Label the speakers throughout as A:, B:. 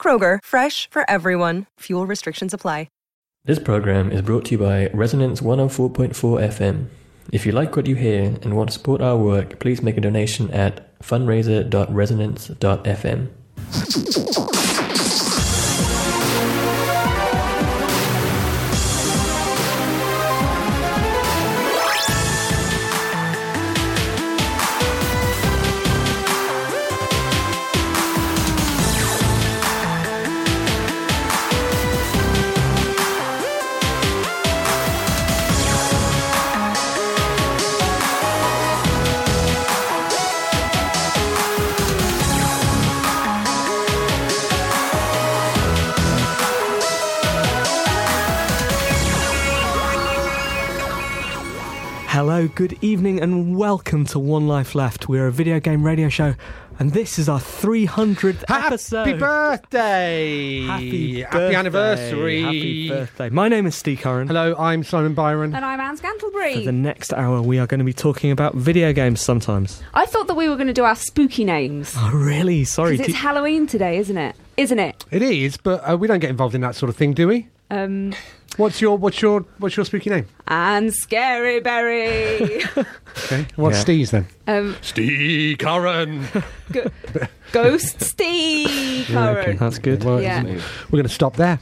A: Kroger, fresh for everyone. Fuel restrictions apply.
B: This program is brought to you by Resonance 104.4 FM. If you like what you hear and want to support our work, please make a donation at fundraiser.resonance.fm.
C: Hello, good evening, and welcome to One Life Left. We're a video game radio show, and this is our 300th
D: Happy
C: episode.
D: birthday!
C: Happy
D: Happy
C: birthday.
D: anniversary!
C: Happy birthday. My name is Steve Curran.
D: Hello, I'm Simon Byron.
E: And I'm Anne
C: For the
E: Scantlebury.
C: next hour, we are going to be talking about video games sometimes.
E: I thought that we were going to do our spooky names.
C: Oh, really? Sorry.
E: 'Cause
C: do-
E: it's Halloween today, isn't it? Isn't it?
D: It is, but uh, we don't get involved in that sort of thing, do we?
E: Um,
D: What's your what's your what's your spooky name?
E: and Scary Berry.
D: Okay, what's
C: Yeah.
D: Steve's then?
E: um,
D: Steve Curran.
E: go- Ghost Steve Curran.
C: That's good.
D: Well,
E: Yeah.
D: We're going to stop there.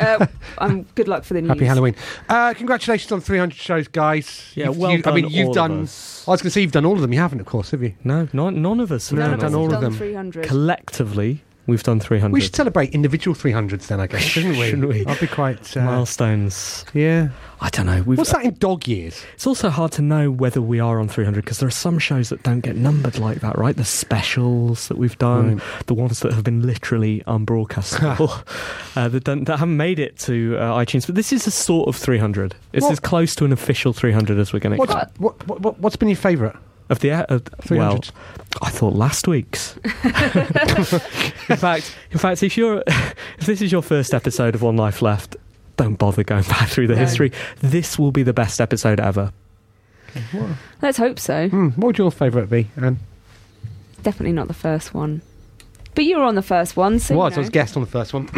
E: Uh, um, good luck for the news.
D: Happy Halloween! Uh, congratulations on 300 shows, guys.
C: Yeah,
D: You've-
C: well
D: you- I
C: done,
D: mean, you've
C: all of
D: done.
C: us.
D: I was going to say you've done all of them. You haven't, of course, have you?
C: No, none, none of us. have
D: None
E: None
D: I've done
E: of us
D: all
E: have
D: of
E: done
D: them.
E: 300.
C: Collectively, we've done 300.
D: We should celebrate individual 300s then, I guess, shouldn't we?
C: Shouldn't we?
D: I'd be quite. Uh,
C: Milestones.
D: yeah.
C: I don't know. We've,
D: What's that in dog years?
C: It's also hard to know whether we are on 300 because there are some shows that don't get numbered like that, right? The specials that we've done, the ones that have been literally unbroadcastable, uh, that, don't, that haven't made it to uh, iTunes. But this is a sort of 300. It's
D: What-
C: as close to an official 300 as we're going to
D: What's,
C: get.
D: what, what, what, what's been your favourite?
C: Of the uh, of- well,
D: 300s.
C: I thought last week's. in fact, in fact, if you're if this is your first episode of One Life Left, don't bother going back through the
E: No.
C: history. This will be the best episode ever.
E: Let's hope so.
D: Hmm, what would your favourite be, Anne?
E: Definitely not the first one. But you were on the first one, so. you
D: was. I
E: know.
D: was guest on the first one.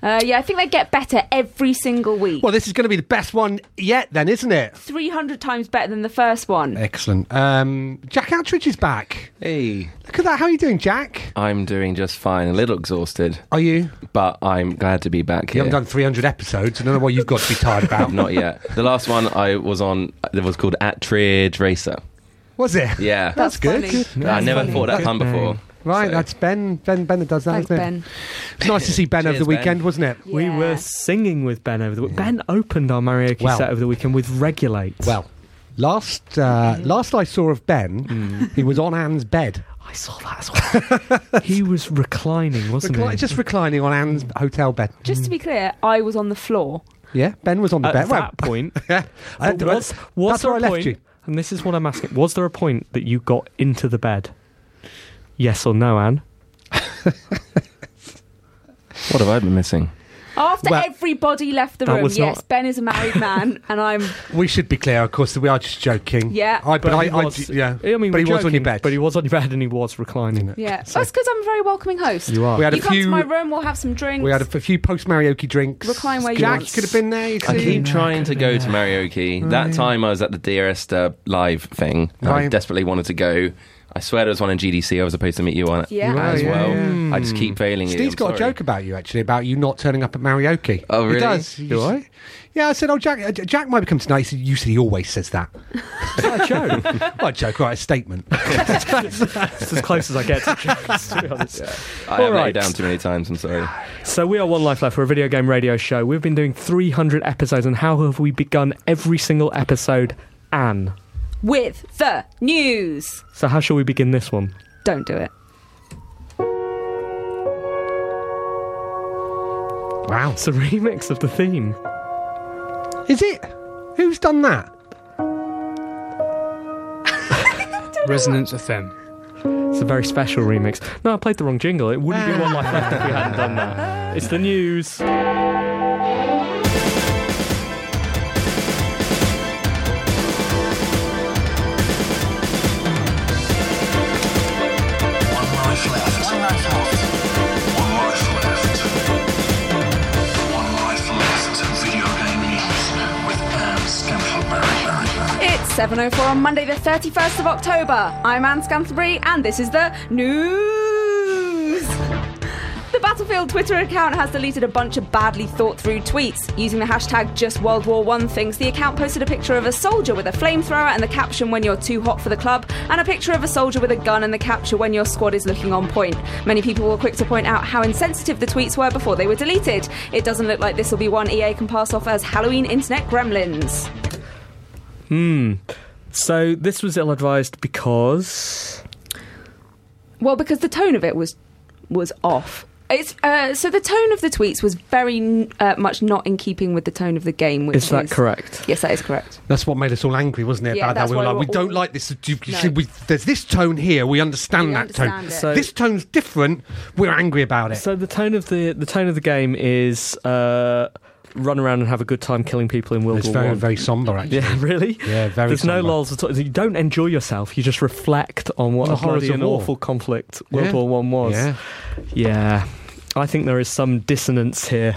E: Uh, yeah, I think they get better every single week.
D: well, this is going to be the best one yet, then, isn't it?
E: 300 times better than the first one.
D: Excellent. Um, Jack Outridge is back.
F: Hey,
D: Look at that. How are you doing, Jack?
F: I'm doing just fine. A little exhausted,
D: Are you?
F: but I'm glad to be back
D: You
F: here.
D: haven't done 300 episodes. I don't know what you've got to be tired about.
F: Not yet. The last one I was on it was called Attridge Racer.
D: Was it?
F: Yeah,
E: That's
D: good.
E: funny.
D: Good.
F: I
E: That's
F: never
E: funny.
F: thought that
C: Good
F: pun
C: name.
F: before.
D: Right,
F: So-
D: that's Ben. Ben Ben that does that,
E: Thanks,
D: not
E: Ben.
D: it? It's nice to see Ben over
F: Cheers,
D: the
F: Ben.
D: weekend, wasn't it?
C: We
E: Yeah.
C: were singing with Ben over the week. Ben opened our Mariachi
D: Well.
C: set over the weekend with Regulate.
D: Well, last
E: Mm.
D: uh, last I saw of Ben,
F: Mm.
D: he was on Anne's bed.
C: I saw that as well. he was reclining, wasn't
D: Recli-
F: eh?
C: he?
D: just reclining on Anne's hotel bed.
E: Just to be clear, I was on the floor.
D: Yeah, Ben was on
F: Uh,
D: the
C: at
D: bed.
C: that
D: Well,
C: point.
D: yeah, I-
C: but was, was
D: that's
C: there
D: where I
C: a
D: left
C: point-
D: you.
C: And this is what I'm asking: Was there a point that you got into the bed? Yes or no, Anne?
F: What have I been missing?
E: After
D: Well-
E: everybody left the
C: That
E: room,
C: was
E: yes,
C: not-
E: Ben is a married man, and I'm.
D: We should be clear, of course, that we are just joking.
E: Yeah.
D: I, but, I,
C: he
D: I,
C: was-
D: d- yeah.
C: I mean,
D: but
C: we're
D: he was on your
C: joking,
D: bed.
C: But he was on your bed, and he was reclining.
E: Yeah,
D: So-
E: that's because I'm a very welcoming host.
C: You are.
D: we had a
E: come to my
D: few.
E: room, we'll have some drinks.
D: We had a f- few post Marioki drinks.
E: Recline where you
D: Jack,
E: want.
D: could have been there. You
F: I
D: see.
F: keep trying to go to Marioki. that time I was at the Dearest uh, live thing. and I
D: Right.
F: desperately wanted to go. I swear there was one in GDC I was supposed to meet you on it
E: Yeah. You were,
F: as
D: Oh, yeah,
F: well.
D: yeah.
F: I just keep failing you.
D: Mm. Steve's
F: I'm
D: got a
F: sorry.
D: joke about you actually about you not turning up at Marioki.
F: Oh,
D: He
F: really?
D: does.
C: Do
D: s-
C: I?
D: Yeah, I said, oh, Jack, uh, J- Jack might become tonight. He said, you said he always says that.
C: Is that a joke?
D: Well, a joke, right? A statement.
C: it's as close as I get to jokes, to be honest.
F: I have let
C: Alright.
F: you down too many times. I'm sorry.
C: So we are One Life Left. We're a video game radio show. We've been doing 300 episodes, and how have we begun every single episode? Anne.
E: With the news.
C: So how shall we begin this one?
E: Don't do it.
D: Wow.
C: It's a remix of the theme.
D: Is it? Who's done that?
G: Resonance FM.
C: It's a very special remix. No, I played the wrong jingle. It wouldn't be one life left if we hadn't done that. It's the news.
E: It's 7.04 on Monday, the 31st of October. I'm Anne Scantlebury, and this is the news. The Battlefield Twitter account has deleted a bunch of badly thought through tweets. Using the hashtag just World War One things, the account posted a picture of a soldier with a flamethrower and the caption when you're too hot for the club, and a picture of a soldier with a gun and the caption when your squad is looking on point. Many people were quick to point out how insensitive the tweets were before they were deleted. It doesn't look like this will be one EA can pass off as Halloween internet gremlins.
C: Hmm. So this was ill advised because.
E: Well, because the tone of it was was off. It's uh, so the tone of the tweets was very uh, much not in keeping with the tone of the game. Which
C: Is that correct?
E: Yes, that is correct.
D: That's what made us all angry, wasn't it?
E: Yeah,
D: about that
E: that's
D: we were
E: why
D: like,
E: we're
D: we don't
E: all-
D: like this. You- you
E: No.
D: see, we, there's this tone here. We understand
E: We
D: that
E: understand
D: tone.
E: it.
C: So-
D: this tone's different. We're angry about it.
C: So the tone of the the tone of the game is uh, run around and have a good time killing people in World
D: it's
C: War
D: very,
C: One.
D: very somber, actually.
C: yeah, really.
D: Yeah, very
C: There's no
D: somber.
C: lols at all. You don't enjoy yourself. You just reflect on what
D: The
C: a
D: horrors
C: bloody
D: of
C: and
D: war.
C: awful conflict World
D: Yeah.
C: War One was.
D: Yeah.
C: Yeah. I think there is some dissonance here,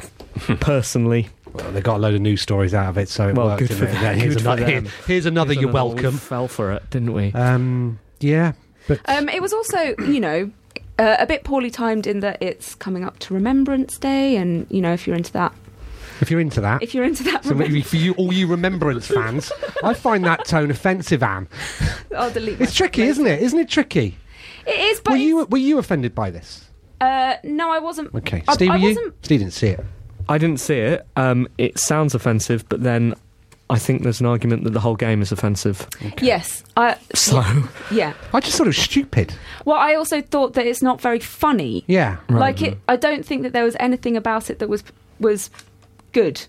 C: personally.
D: Well, they got a load of news stories out of it, so it
C: Well,
D: worked.
C: good
D: didn't
C: for
D: it?
C: them.
D: Yeah, here's,
C: Good for
D: another,
C: them.
D: here- here's another.
C: Even
D: You're
C: though We
D: welcome.
C: fell for it, didn't we?
D: Um, yeah, but
E: Um, it was also, you know, uh, a bit poorly timed in that it's coming up to Remembrance Day, and you know, if you're into that,
D: if you're into that,
E: if you're into that,
D: so maybe for you, all you Remembrance fans, I find that tone offensive, Anne.
E: I'll delete.
D: It's tricky, isn't it? Isn't it tricky?
E: It is, but
D: Were
E: it's-
D: you were you offended by this?
E: uh, no, I wasn't.
D: Okay,
E: I,
D: Steve,
E: I
D: were you?
E: wasn't-
D: Steve didn't see it.
C: I didn't see it. Um, it sounds offensive, but then I think there's an argument that the whole game is offensive.
E: Yes, I,
C: So
E: yeah.
D: I just thought it was stupid.
E: Well, I also thought that it's not very funny.
D: Yeah,
E: Like it, I don't think that there was anything about it that was was good.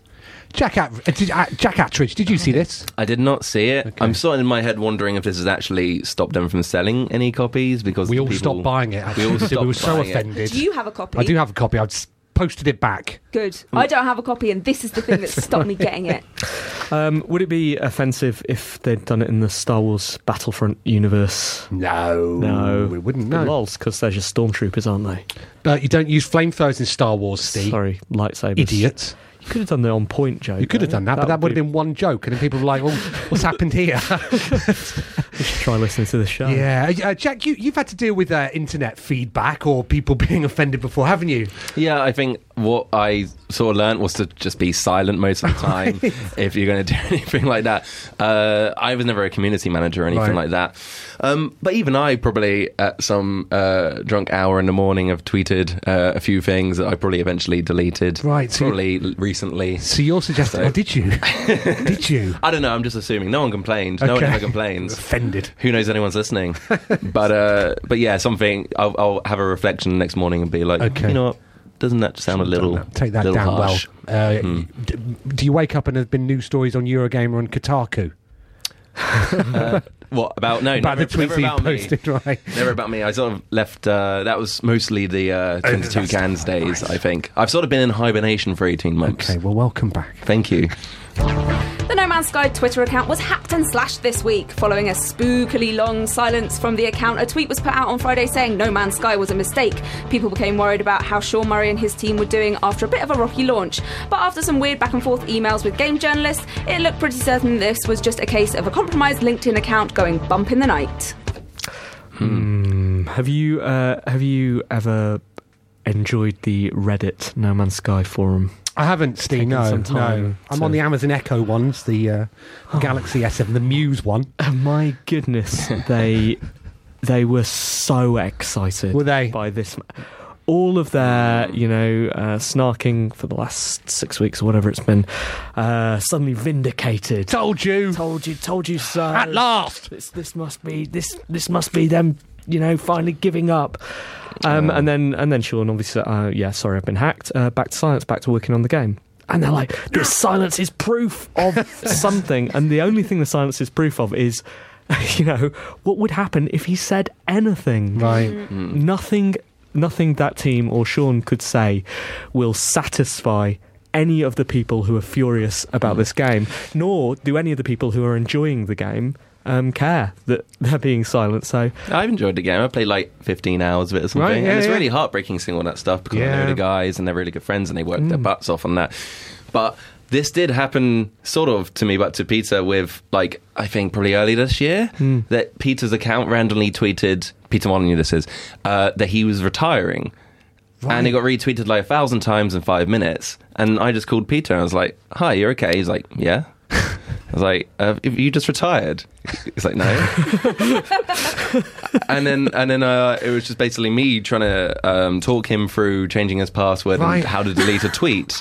D: Jack At- uh, did, uh, Jack Attridge, did you see this?
F: I did not see it.
D: Okay.
F: I'm sort of in my head wondering if this has actually stopped them from selling any copies because
D: We
F: the
D: all
F: people-
D: stopped buying it. Actually.
F: We all
D: so we
F: stopped
D: were so
F: buying it.
D: offended.
E: Do you have a copy?
D: I do Mm. have a copy. I just posted it back.
E: Good. I don't have a copy, and this is the thing that stopped me getting it.
C: um, would it be offensive if they'd done it in the Star Wars Battlefront universe?
D: No,
C: No.
D: we wouldn't.
C: The
D: No,
C: Lols, because they're just stormtroopers, aren't they?
D: but you don't use flamethrowers in Star Wars, Steve.
C: Sorry, lightsabers.
D: Idiot.
C: You could have done the on point joke.
D: You could have
C: though.
D: done that, but that would
C: be-
D: have been one joke, and then people were like, "Well, what's happened here?"
C: you should Try listening to the show.
D: yeah, uh, Jack, you, you've had to deal with uh, internet feedback or people being offended before, haven't you?
F: Yeah, I think what I sort of learnt was to just be silent most of the time if you're going to do anything like that. Uh, I was never a community manager or anything
D: Right.
F: like that. Um, but even I probably at some uh, drunk hour in the morning have tweeted uh, a few things that I probably eventually deleted.
D: Right, so-
F: probably l- recently.
D: So you're suggesting?
F: So-
D: Oh, did you? did you?
F: I don't know. I'm just assuming. No one complained. No one
D: Okay.
F: ever complains.
D: Offended.
F: Who knows anyone's listening? but uh, but yeah, something. I'll, I'll have a reflection next morning and be like,
D: Okay.
F: you know what? Doesn't that sound a little
D: Take that
F: little
D: down
F: harsh?
D: well. Uh, d- do you wake up and there's been news stories on Eurogamer and Kotaku
F: uh, what about no?
D: about
F: never,
D: the tweets
F: never
D: he
F: about me.
D: posted? Right.
F: Never about me. I sort of left. Uh, that was mostly the uh, twenty-two
D: that's-
F: cans days. I think I've sort of been in hibernation for eighteen months.
D: Okay. Well, welcome back.
F: Thank you.
E: The No Man's Sky Twitter account was hacked and slashed this week. Following a spookily long silence from the account, a tweet was put out on Friday saying No Man's Sky was a mistake. People became worried about how Sean Murray and his team were doing after a bit of a rocky launch. But after some weird back and forth emails with game journalists, it looked pretty certain this was just a case of a compromised LinkedIn account going bump in the night.
C: Hmm. Have you uh, have you ever enjoyed the Reddit No Man's Sky forum?
D: I haven't, Steve.
C: Taken
D: No,
C: some time
D: no. I'm
C: to-
D: on the Amazon Echo ones, the, uh, the Galaxy S7, the Muse one.
C: Oh, my goodness, they they were so excited.
D: Were they?
C: by this? ma- All of their, you know, uh, snarking for the last six weeks or whatever it's been, uh, suddenly vindicated.
D: Told you.
C: told you, told you so.
D: At last.
C: This, this must be this this must be them you know, finally giving up. Um, And then and then Sean obviously said, uh, yeah, sorry, I've been hacked. Uh, back to silence, back to working on the game. And they're like, this silence is proof of something. And the only thing the silence is proof of is, you know, what would happen if he said anything?
D: Right.
C: Nothing, nothing that team or Sean could say will satisfy any of the people who are furious about this game, nor do any of the people who are enjoying the game um, care that they're being silent. So,
F: I've enjoyed the game. I played like 15 hours of it or something.
D: Right, yeah,
F: and it's
D: yeah.
F: really heartbreaking seeing all that stuff because I
D: Yeah. Mm.
F: know the guys and they're really good friends and they work their butts off on that. But this did happen sort of to me, but to Peter with like, I think probably early this year,
D: Hmm.
F: that Peter's account randomly tweeted, Peter Molyneux, this is, uh, that he was retiring. And it got retweeted like a thousand times in five minutes. And I just called Peter and I was like, Hi, you're okay? He's like, Yeah. I was like, uh, if you just retired. He's like, no. and then, and then uh, it was just basically me trying to um, talk him through changing his password
D: Right.
F: and how to delete a tweet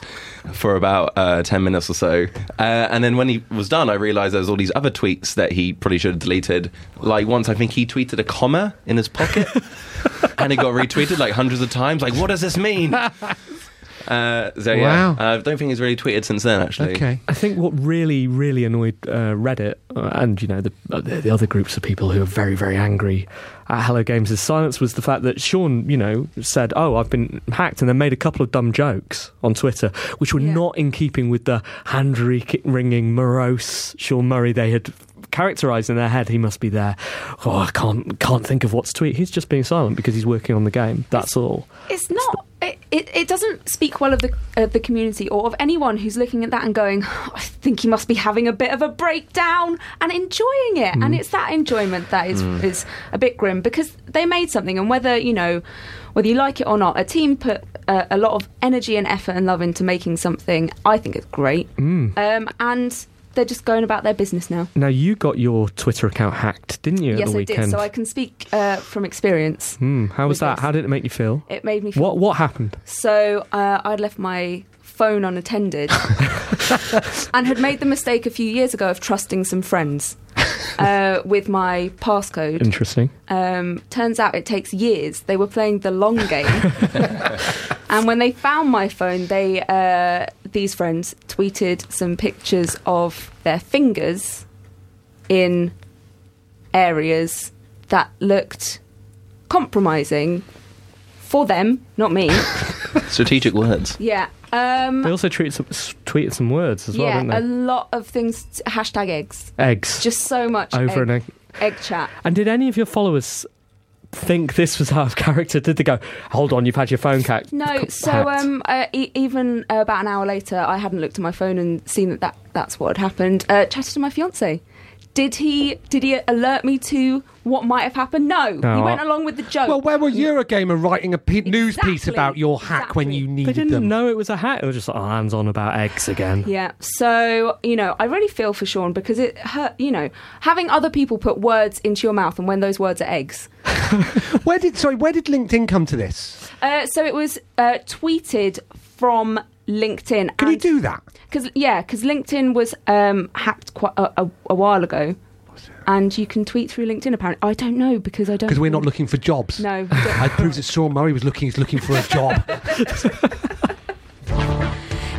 F: for about uh, ten minutes or so. Uh, and then when he was done, I realised there was all these other tweets that he probably should have deleted. Like once, I think he tweeted a comma in his pocket, and it got retweeted like hundreds of times. Like, what does this mean? Uh, so yeah,
D: Wow.
F: I don't think he's really tweeted since then. Actually,
D: Okay.
C: I think what really, really annoyed uh, Reddit uh, and you know the, uh, the the other groups of people who are very, very angry at Hello Games' silence was the fact that Sean, you know, said, "Oh, I've been hacked," and then made a couple of dumb jokes on Twitter, which were
E: Yeah.
C: not in keeping with the hand re- wringing, morose Sean Murray they had characterized in their head. He must be there. Oh, I can't can't think of what to tweet. He's just being silent because he's working on the game. That's all.
E: It's not. It, it, it doesn't speak well of the of the community or of anyone who's looking at that and going, "Oh, I think he must be having a bit of a breakdown and enjoying it.
C: Mm.
E: And it's that enjoyment that is is a bit grim because they made something, and whether you know whether you like it or not, a team put uh, a lot of energy and effort and love into making something. I think it's great,
C: Mm.
E: um, and they're just going about their business now.
C: Now you got your Twitter account hacked, didn't you? at
E: yes,
C: the
E: I
C: weekend.
E: did. So I can speak uh, from experience.
C: Hmm, how was
E: With
C: that?
E: this.
C: How did it make you feel?
E: It made me feel
C: What what happened?
E: So uh, I'd left my phone unattended and had made the mistake a few years ago of trusting some friends uh, with my passcode.
C: Interesting.
E: Um, turns out it takes years. They were playing the long game. and when they found my phone, they uh, these friends tweeted some pictures of their fingers in areas that looked compromising for them, not me.
F: strategic words.
E: Yeah. Um,
C: They also tweeted some, s- tweeted some words as well,
E: yeah, a
C: didn't
E: lot of things. t- hashtag eggs.
C: they? Eggs.
E: Just so much
C: over
E: egg,
C: and egg.
E: egg chat.
C: And did any of your followers think this was out of character? Did they go, hold on, you've had your phone hacked?
E: No,
C: c-
E: so
C: hacked."
E: um, uh, e- even uh, about an hour later, I hadn't looked at my phone and seen that, that that's what had happened. Uh, chatted to my fiance. Did he did he alert me to what might have happened? No,
C: No,
E: he went
C: I-
E: along with the joke.
D: Well, where were Eurogamer writing a pe- news piece
E: Exactly,
D: about your hack when
E: exactly.
D: you
C: They
D: needed
C: didn't
D: them?
C: know it was a hack. They were just like, oh, hands on about eggs again.
E: Yeah. So, you know, I really feel for Sean because it hurt, you know, having other people put words into your mouth and when those words are eggs.
D: Where did sorry? Where did LinkedIn come to this?
E: Uh, so it was uh, tweeted from LinkedIn.
D: Can you do that?
E: Because yeah, because LinkedIn was um, hacked quite a, a, a while ago, and you can tweet through LinkedIn. Apparently, I don't know because I don't.
D: Because we're not looking for jobs.
E: No. we don't.
D: I proves that Sean Murray was looking. He's looking for a job.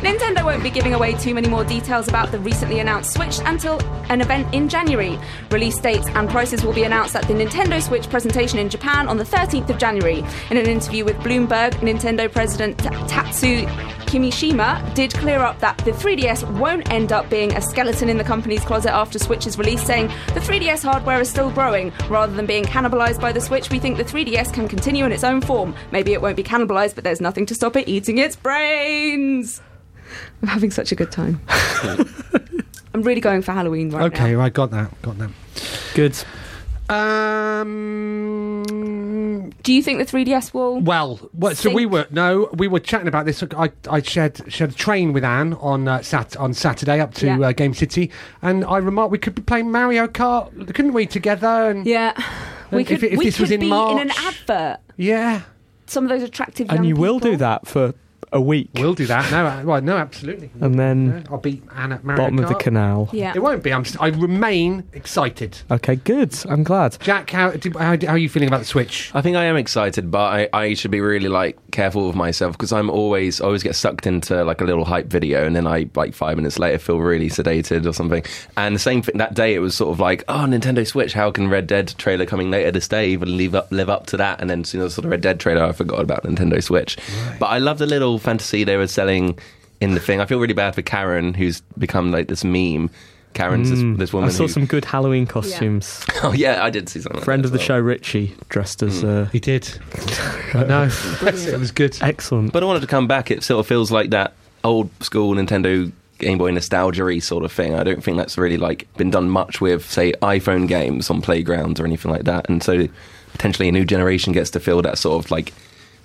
E: Nintendo won't be giving away too many more details about the recently announced Switch until an event in January. Release dates and prices will be announced at the Nintendo Switch presentation in Japan on the 13th of January. In an interview with Bloomberg, Nintendo president Ta- Tatsu Kimishima did clear up that the 3DS won't end up being a skeleton in the company's closet after Switch's release, saying the 3DS hardware is still growing. Rather than being cannibalized by the Switch, we think the 3DS can continue in its own form. Maybe it won't be cannibalized, but there's nothing to stop it eating its brains. I'm having such a good time. I'm really going for Halloween right now.
D: okay, right, got that, got that.
C: Good.
D: Um,
E: Do you think the 3DS will?
D: well, what, so we
E: Sink.
D: were no, we were chatting about this. I, I shared shared a train with Anne on uh, sat on Saturday up to
E: Yeah.
D: uh, Game City, and I remarked we could be playing Mario Kart, couldn't we, together? And yeah,
E: Yeah, we
D: If-
E: could.
D: if
E: we
D: this
E: could
D: was in
E: be in an
D: March.
E: advert. Some of those attractive.
C: And
E: young
C: you will do
E: people.
C: that for a week,
D: We'll do that. No, I- well, no, absolutely.
C: and then
D: I'll beat Anna. Mario
C: Um, bottom of the
D: Kart.
C: canal.
E: Yeah.
D: It won't be. I'm. St- I remain excited.
C: Okay, good. I'm glad.
D: Jack, how, did, how how are you feeling about the Switch?
F: I think I am excited, but I, I should be really like careful with myself because I'm always I always get sucked into like a little hype video, and then I like five minutes later feel really sedated or something. And the same thing that day, it was sort of like, oh, Nintendo Switch, how can Red Dead trailer coming later this day even live up live up to that? And then as soon as I saw the Red Dead trailer, I forgot about Nintendo Switch. But I love the little fantasy they were selling in the thing. I feel really bad for Karen, who's become like this meme. Karen's this, this woman.
C: Hmm. Mm. I saw
F: who-
C: some good Halloween costumes.
F: Oh yeah, I did see something. like
C: Friend
F: that
C: of the
F: as well.
C: show, Richie, dressed as uh,
D: He did. no, it was good.
C: excellent.
F: But I wanted to come back. It sort of feels like that old school Nintendo Game Boy nostalgia sort of thing. I don't think that's really like been done much with, say, iPhone games on playgrounds or anything like that. And so potentially a new generation gets to feel that sort of like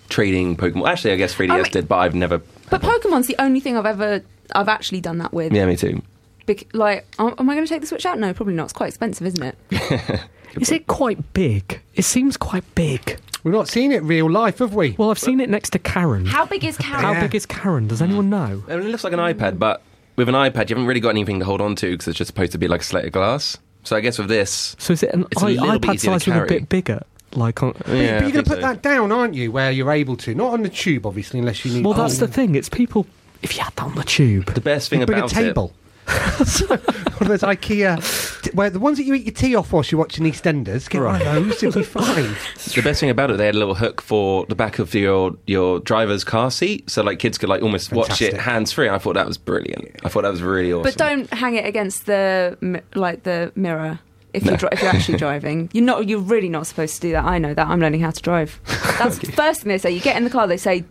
F: trading Pokemon. Actually, I guess 3DS
E: I mean-
F: did, but I've never.
E: But Pokemon's the only thing I've ever I've actually done that with.
F: Yeah, me too.
E: Bec- like, am am I going to take the Switch out? No, probably not. It's quite expensive, isn't it?
C: Is it quite big? It seems quite big.
D: We've not seen it real life, have we?
C: Well, I've seen it next to Karen.
E: How big is
C: How
E: Karen?
D: Yeah. Hmm.
C: big is Karen? Does anyone know?
F: I mean, it looks like an iPad, but with an iPad, you haven't really got anything to hold on to because it's just supposed to be like a slate of glass. So I guess with this.
C: So is it an
F: It's a
C: i-
F: little bit
C: iPad
F: easier to
C: size with a
F: carry.
C: bit bigger? Like, on,
F: Yeah,
D: but
F: I
D: you're going
F: think
D: to put
F: so.
D: that down, aren't you? Where you're able to, not on the tube, obviously, unless you need.
C: well,
D: to.
C: that's the thing. It's people. If you had that on the tube,
F: The best thing
D: Bring
F: about
D: a table. one of those IKEA, t- where the ones that you eat your tea off whilst you're watching EastEnders. Get one of those. It'll be fine.
F: The best thing about it, they had a little hook for the back of your your driver's car seat, so like kids could like almost watch
D: Fantastic.
F: it hands free. I thought that was brilliant. I thought that was really awesome.
E: But don't hang it against the mi- like the mirror. If you're, dri- if you're actually driving, you're not. You're really not supposed to do that. I know that. I'm learning how to drive. That's the first thing they say. You get in the car, they say,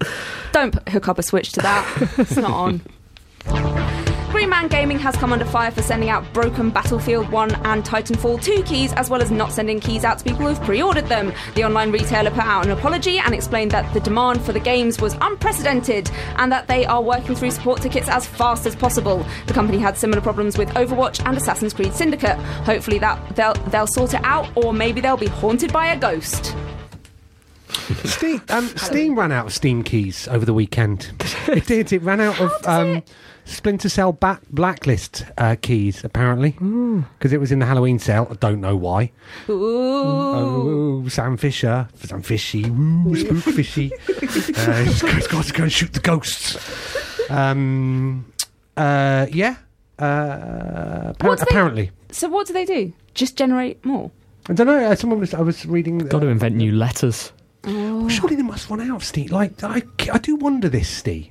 E: "Don't p- hook up a switch to that. It's not on." Green Man Gaming has come under fire for sending out broken Battlefield 1 and Titanfall 2 keys, as well as not sending keys out to people who've pre ordered them. The online retailer put out an apology and explained that the demand for the games was unprecedented and that they are working through support tickets as fast as possible. The company had similar problems with Overwatch and Assassin's Creed Syndicate. Hopefully, that they'll, they'll sort it out, or maybe they'll be haunted by a ghost.
D: Steam, um, Steam ran out of Steam keys over the weekend. it did. It ran out of um, Splinter Cell ba- Blacklist uh, keys, apparently, because it was in the Halloween sale. I don't know why.
E: Ooh.
D: Oh, ooh, Sam Fisher. Sam Fishy. Ooh, spook fishy. uh, he's got- he's got to go and shoot the ghosts. Um, uh, yeah. Uh, appar-
E: What's they-
D: apparently.
E: So, what do they do? Just generate more.
D: I don't know. uh, Someone was. I was reading. Oh,
C: got to invent new letters.
D: Surely they must run out of Steve. Like I, I do wonder this, Steve.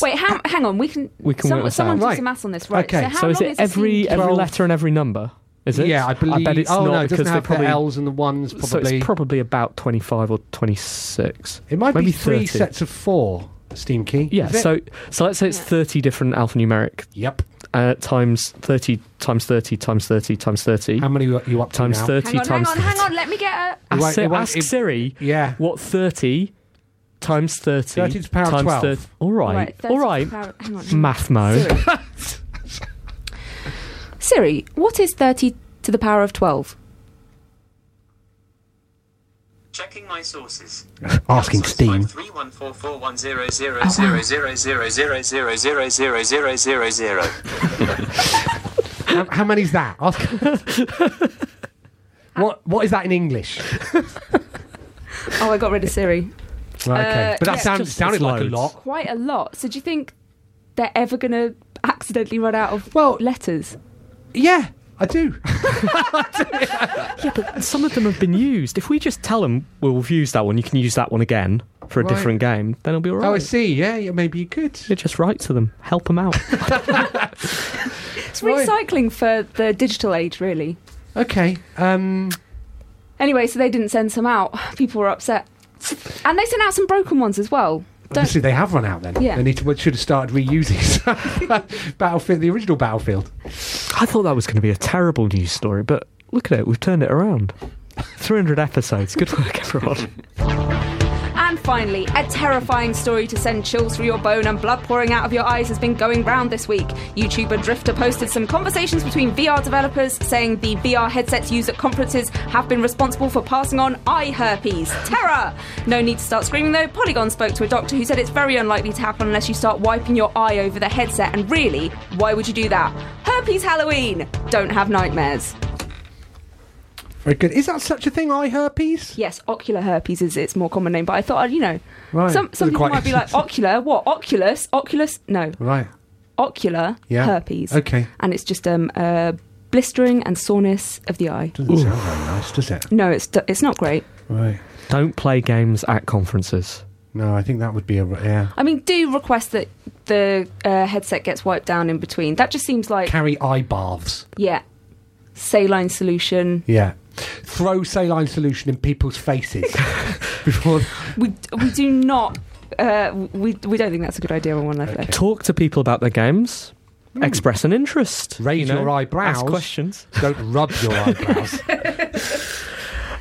E: Wait, hang, hang on. We can.
C: We can work
E: someone
C: this out.
E: someone do
D: Right.
E: some maths on this, right?
D: Okay.
E: how
C: So is
E: long
C: it
E: this
C: every
E: in-
C: every
D: Twelve.
C: letter and every number? Is it?
D: Yeah, I believe.
C: bet it's
D: oh
C: not
D: no, it doesn't
C: because they
D: have
C: probably.
D: the L's and the ones. Probably.
C: So it's probably about twenty five or twenty six.
D: it might
C: maybe
D: be
C: 30.
D: three sets of four Steam key.
C: Yeah.
D: Is it?
C: So so let's say it's
E: Yeah.
C: thirty different alphanumeric
D: Yep.
C: uh, times thirty times thirty times thirty times thirty
D: How many are you up to
C: times
D: now?
C: thirty
E: Hang on, hang
C: times.
E: on, hang on. Let me get a.
D: It
C: Ask,
D: won't- it won't-
C: ask
D: it-
C: Siri
D: Yeah.
C: what thirty times thirty.
D: 30 to the power of
C: times
D: 12.
C: 30 All right.
E: that's-
C: all right.
E: Hang on.
C: Math mode.
E: Siri. Siri, what is 30 to the power of 12?
H: Checking my sources.
D: Asking Steam.
H: Three one four four one zero zero zero zero zero zero zero zero zero zero zero zero.
D: How, how many's that? Ask. what What is that in English?
E: Oh, I got rid of Siri.
D: Right, okay,
E: Uh,
D: but that
E: yeah.
D: sound,
C: Just-
D: sounded
C: it's
D: like a
C: loads.
D: lot.
E: Quite a lot. So do you think they're ever going to accidentally run out of
D: Well-
E: letters?
D: Yeah, I do.
C: Yeah, but some of them have been used. If we just tell them, well, we've used that one, you can use that one again for a
D: Right.
C: different game, then it'll be all right.
D: Oh, I see. Yeah, yeah maybe you could.
C: Yeah, just write to them, help them out.
E: It's
D: Right.
E: recycling for the digital age, really.
D: Okay. Um,
E: Anyway, so they didn't send some out. People were upset. And they sent out some broken ones as well. Don't,
D: obviously, they have run out. Then
E: Yeah.
D: they need to. Should have started reusing some- Battlefield, the original Battlefield.
C: I thought that was going to be a terrible news story, but look at it, we've turned it around. 300 episodes. Good work, everyone.
E: and And finally, a terrifying story to send chills through your bone and blood pouring out of your eyes has been going round this week. YouTuber Drifter posted some conversations between VR developers saying the VR headsets used at conferences have been responsible for passing on eye herpes. Terror! No need to start screaming though. Polygon spoke to a doctor who said it's very unlikely to happen unless you start wiping your eye over the headset. And really, why would you do that? Herpes Halloween! Don't have nightmares.
D: Very good. Is that such a thing? Eye herpes?
E: Yes, ocular herpes is its more common name, but I thought, I'd, you know,
D: Right.
E: some,
D: Doesn't
E: some people
D: quite-
E: might be like, ocular, what? Oculus? Oculus? No,
D: Right.
E: ocular
D: Yeah.
E: herpes.
D: Okay.
E: And it's just um, uh, blistering and soreness of the eye.
D: Doesn't sound very nice, does it?
E: No, it's, it's not great.
D: Right.
C: Don't play games at conferences.
D: No, I think that would be a yeah.
E: I mean, do request that the uh, headset gets wiped down in between. That just seems like,
D: Carry eye baths.
E: yeah, saline solution.
D: Yeah. Throw saline solution in people's faces before.
E: We, we do not, uh, we, we don't think that's a good idea on One Life Left.
C: Talk to people about their games. Express an interest.
D: Hmm. Raise
C: you know,
D: your eyebrows.
C: Ask questions.
D: Don't rub your eyebrows.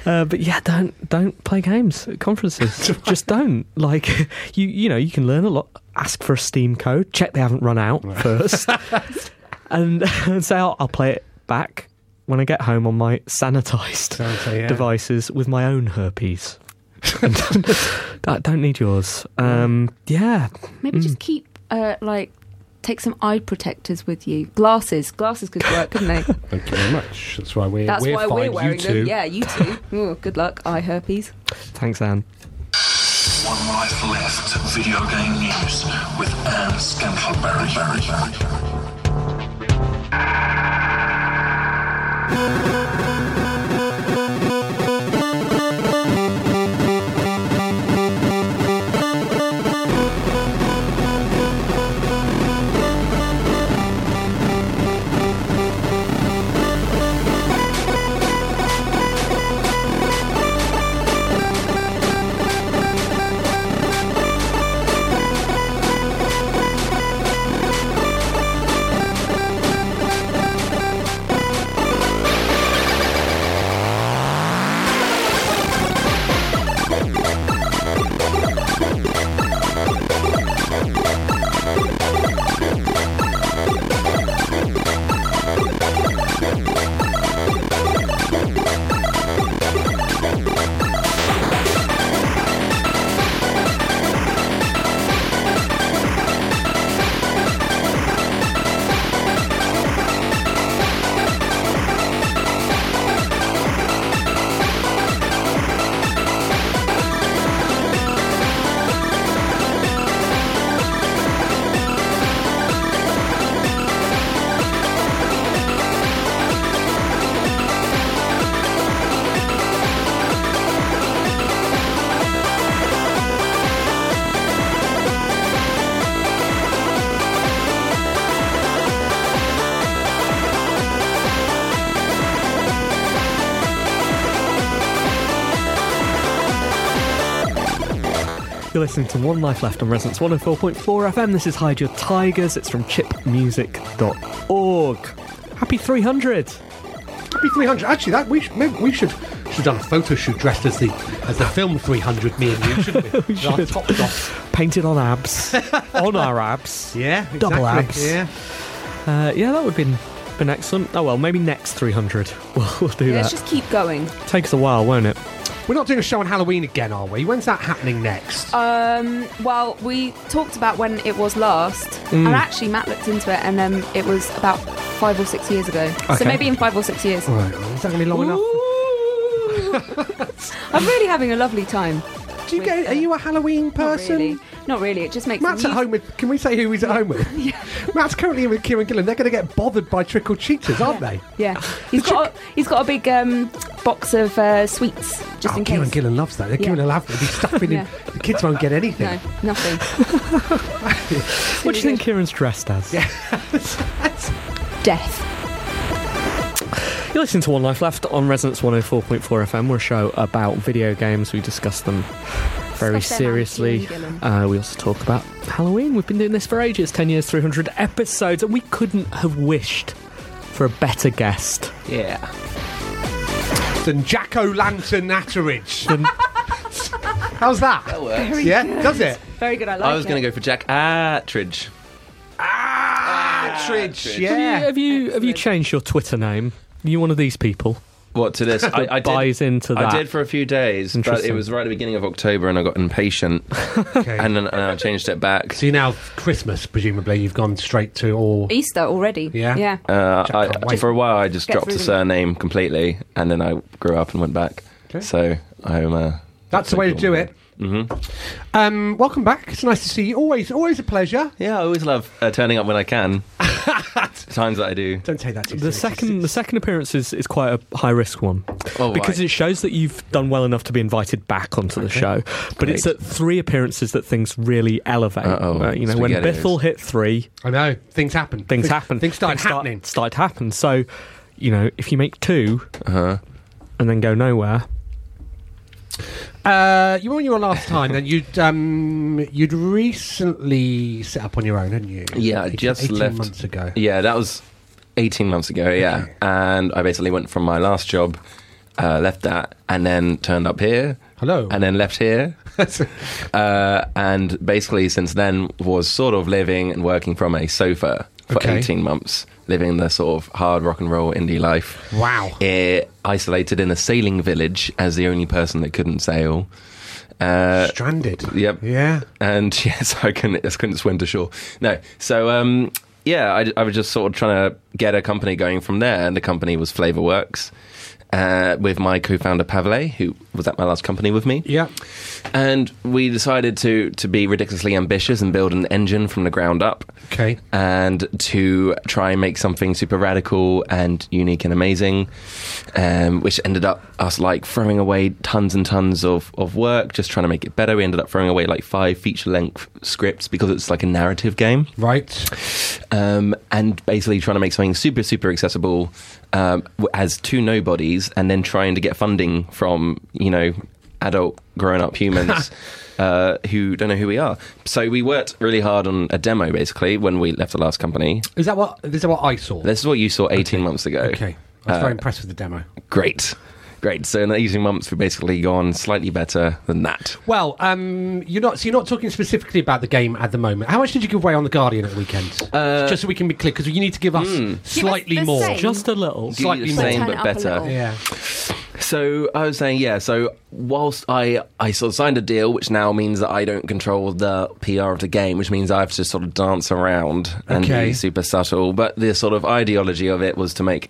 C: Uh, but yeah, don't don't play games at conferences. Just don't. Like you you know, you can learn a lot. Ask for a Steam code. Check they haven't run out first, and, and say I'll, I'll play it back when I get home on my sanitized
D: Sanita- yeah.
C: devices with my own herpes. I don't need yours. Um, yeah,
E: Maybe
D: Hmm.
E: just keep uh, like take some eye protectors with you. Glasses, glasses could work, couldn't they?
D: Thank you very much. That's why we're
E: That's
D: we're
E: why
D: fine.
E: we're wearing
D: you
E: them.
D: two.
E: Yeah, you too. Ooh, good luck, eye herpes.
C: thanks, Anne.
H: One Life Left video game news with Anne Scantleberry.
C: You're listening to One oh Life Left on Resonance 104.4 FM. This is Hide Your Tigers. It's from chipmusic.org. Happy 300!
D: Happy 300. Actually, that we should, maybe we should should have done a photo shoot dressed as the as the film 300. Me and you, shouldn't we? With our tops off.
C: Painted on abs. on our abs.
D: Yeah.
C: Double
D: exactly.
C: abs.
D: Yeah.
C: Uh, yeah, that would have been, been excellent. Oh well, maybe next 300. We'll, we'll do
E: Let's
C: that.
E: just keep going.
C: Takes a while, won't it?
D: We're not doing a show on Halloween again, are we? When's that happening next?
E: Um, well, we talked about when it was last, and
D: Hmm.
E: actually Matt looked into it, and um, it was about five or six years ago. So
D: Okay.
E: maybe in five or six years.
D: All right. Is that going to be long enough?
E: Ooh. I'm really having a lovely time.
D: Do you get? Are you a Halloween person?
E: Not really. Not really. It just makes
D: Matt's
E: me-
D: at home with. Can we say who he's at home with? Matt's currently with Kieran Gillen. They're going to get bothered by trick or treaters, aren't they?
E: Yeah, he's got a, he's got a big um, box of uh, sweets just
D: oh,
E: in
D: Kieran
E: case.
D: Gillen loves that. Kieran will have to be stuffing
E: Yeah.
D: in. The kids won't get anything.
E: No, nothing.
C: What do you think Kieran's dressed as?
E: Death.
C: You're listening to One Life Left on Resonance 104.4 FM. We're a show about video games. We discuss them very
E: Discuss them,
C: seriously.
E: Ian Gillan.
C: Uh, we also talk about Halloween. We've been doing this for ages 10 years, 300 episodes, and we couldn't have wished for a better guest
D: Than Jack O'Lantern Atteridge.
C: than,
D: How's that?
F: That works.
E: Very
D: yeah,
E: good.
D: does it?
E: Very good. I like
F: I was going to go for Jack Attridge.
D: Attridge,
F: Attridge.
D: yeah.
C: Have you have you changed your Twitter name? Are you one of these people
F: What to this? I, I
C: that buys
F: did.
C: into that?
F: I did for a few days, but it
C: Interesting.
F: was right at the beginning of October, and I got impatient,
D: Okay.
F: and uh, then and I changed it back.
D: so you now Christmas, presumably you've gone straight to all.
E: Easter already.
D: Yeah.
E: Yeah.
F: Uh,
D: Jack can't
F: I,
D: wait.
F: for a while, I just
E: Get
F: dropped
E: through
F: the
E: them.
F: surname completely, and then I grew up and went back.
D: Okay.
F: So I'm. Uh,
D: That's the way to do it. Mm-hmm. Um, welcome back. It's nice to see you. Always, always a pleasure.
F: Yeah, I always love uh, turning up when I can. Times that I do.
D: Don't take that. Too
C: The
D: seriously.
C: second the second appearance is, is quite a high risk one
F: Oh, right.
C: because it shows that you've done well enough to be invited back onto the show. But it's
F: Great.
C: at three appearances that things really elevate. Uh,
F: Uh-oh,
C: you know, when
F: spaghettios.
C: Bithel hit three,
D: I know things happen.
C: things happen.
D: Things started
C: start-
D: happening.
C: started to happen. So, you know, if you make 2
F: Uh-huh.
C: and then go nowhere,
D: Uh, you were on your last time, then you'd um, you'd recently set up on your own, hadn't you?
F: Yeah, I
D: 18
F: just
D: 18
F: left.
D: months ago.
F: Yeah, that was 18 months ago, yeah. And I basically went from my last job, uh, left that, and then turned up here,
D: Hello.
F: and then left here. uh, and basically, since then, was sort of living and working from a sofa for
D: Okay.
F: 18 months, living the sort of hard rock and roll indie life.
D: Wow.
F: Eh, isolated in a sailing village as the only person that couldn't sail. Uh,
D: Stranded.
F: yep
D: Yeah.
F: and yes, I couldn't, I just couldn't swim to shore. No, so um, yeah, I, I was just sort of trying to get a company going from there, and the company was Flavorworks uh, with my co-founder Pavle, who was at my last company with me,
D: Yeah.
F: and we decided to to be ridiculously ambitious and build an engine from the ground up.
D: Okay.
F: And to try and make something super radical and unique and amazing, um, which ended up us like throwing away tons and tons of, of work, just trying to make it better. We ended up throwing away like five feature length scripts because it's like a narrative game
D: Right.
F: um, and basically trying to make something super, super accessible um, w- as two nobodies, and then trying to get funding from you know adult, grown-up humans uh, who don't know who we are. So we worked really hard on a demo, basically, when we left the last company.
D: Is that what? Is that what I saw?
F: This is what you saw 18 months ago.
D: okay. I was very
F: Uh,
D: impressed with the demo.
F: Great. Great. So in the 18 months, we've basically gone slightly better than that.
D: Well, um, you're not. So you're not talking specifically about the game at the moment. How much did you give away on the Guardian at the weekend?
F: Uh,
D: Just so we can be clear, because you need to give us slightly
E: Give us the
D: more.
E: same.
C: just a little.
F: Do
D: Slightly
F: hmm. the
D: more.
F: same,
E: Turn it
F: but
E: up a
F: better.
E: little.
D: Yeah.
F: So I was saying, yeah. So whilst I I sort of signed a deal, which now means that I don't control the PR of the game, which means I have to sort of dance around and
D: Okay.
F: be super subtle. But the sort of ideology of it was to make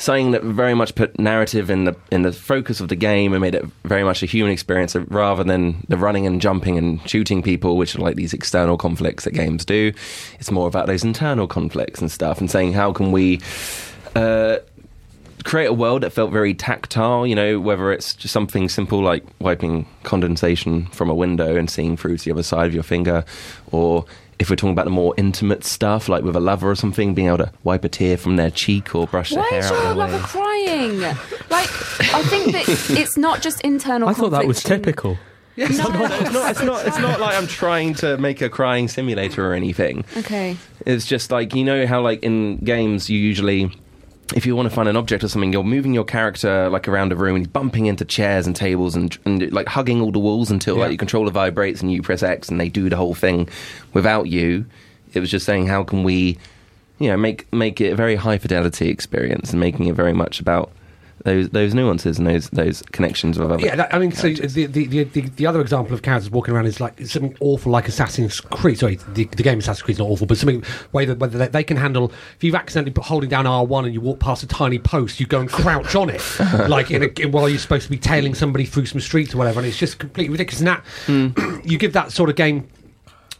F: something that very much put narrative in the in the focus of the game and made it very much a human experience uh, rather than the running and jumping and shooting people, which are like these external conflicts that games do. It's more about those internal conflicts and stuff, and saying how can we. Uh, create a world that felt very tactile, you know, whether it's just something simple like wiping condensation from a window and seeing through to the other side of your finger, or if we're talking about the more intimate stuff, like with a lover or something, being able to wipe a tear from their cheek or brush
E: Why
F: their
E: is
F: hair out
E: your
F: of
E: lover
F: their way.
E: crying? Like, I think that it's not just internal.
C: I thought that was
E: conflict.
C: typical.
E: No,
F: It's not, it's, not, it's not like I'm trying to make a crying simulator or anything.
E: Okay.
F: It's just like you know how like in games you usually if you want to find an object or something, you're moving your character like around a room and he's bumping into chairs and tables and, and like hugging all the walls until like your controller vibrates and you press X and they do the whole thing without you. It was just saying how can we, you know, make make it a very high fidelity experience and making it very much about those those nuances and those those connections with other.
D: Yeah, that, I mean, so the, the, the, the, the other example of characters walking around is like something awful like Assassin's Creed. Sorry, the, the game Assassin's Creed is not awful, but something whether, whether they, they can handle. If you've accidentally put holding down R1 and you walk past a tiny post, you go and crouch on it, like in a, while you're supposed to be tailing somebody through some streets or whatever, and it's just completely ridiculous. And that,
F: Hmm.
D: you give that sort of game.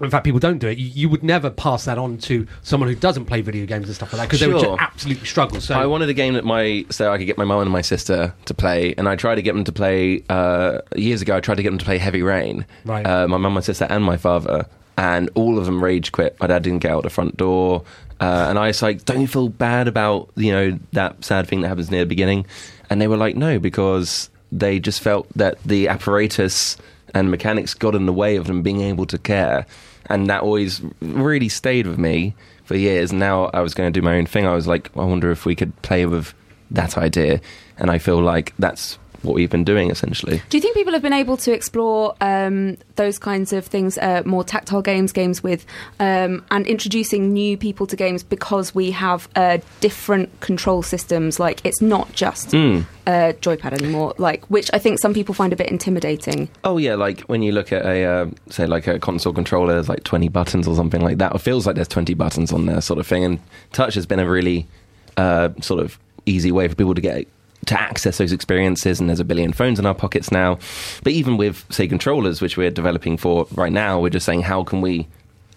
D: In fact, people don't do it. You, you would never pass that on to someone who doesn't play video games and stuff like that because they would
F: Sure.
D: just absolutely struggle. So
F: I wanted a game that my so I could get my mum and my sister to play, and I tried to get them to play uh, years ago. I tried to get them to play Heavy Rain.
D: Right.
F: Uh, my mum, my sister, and my father, and all of them rage quit. My dad didn't get out the front door, uh, and I was like, "Don't you feel bad about you know that sad thing that happens near the beginning?" And they were like, "No," because they just felt that the apparatus and mechanics got in the way of them being able to care, and that always really stayed with me for years. Now I was going to do my own thing. I was like, I wonder if we could play with that idea. And I feel like that's what we've been doing essentially.
E: Do you think people have been able to explore um, those kinds of things, uh, more tactile games, games with, um, and introducing new people to games because we have uh, different control systems? Like it's not just uh, joypad anymore. Like which I think some people find a bit intimidating.
F: Oh yeah, like when you look at a uh, say like a console controller, there's like 20 buttons or something like that. It feels like there's 20 buttons on there, sort of thing. And touch has been a really uh, sort of easy way for people to get to access those experiences. And there's a billion phones in our pockets now. But even with say controllers, which we're developing for right now, we're just saying how can we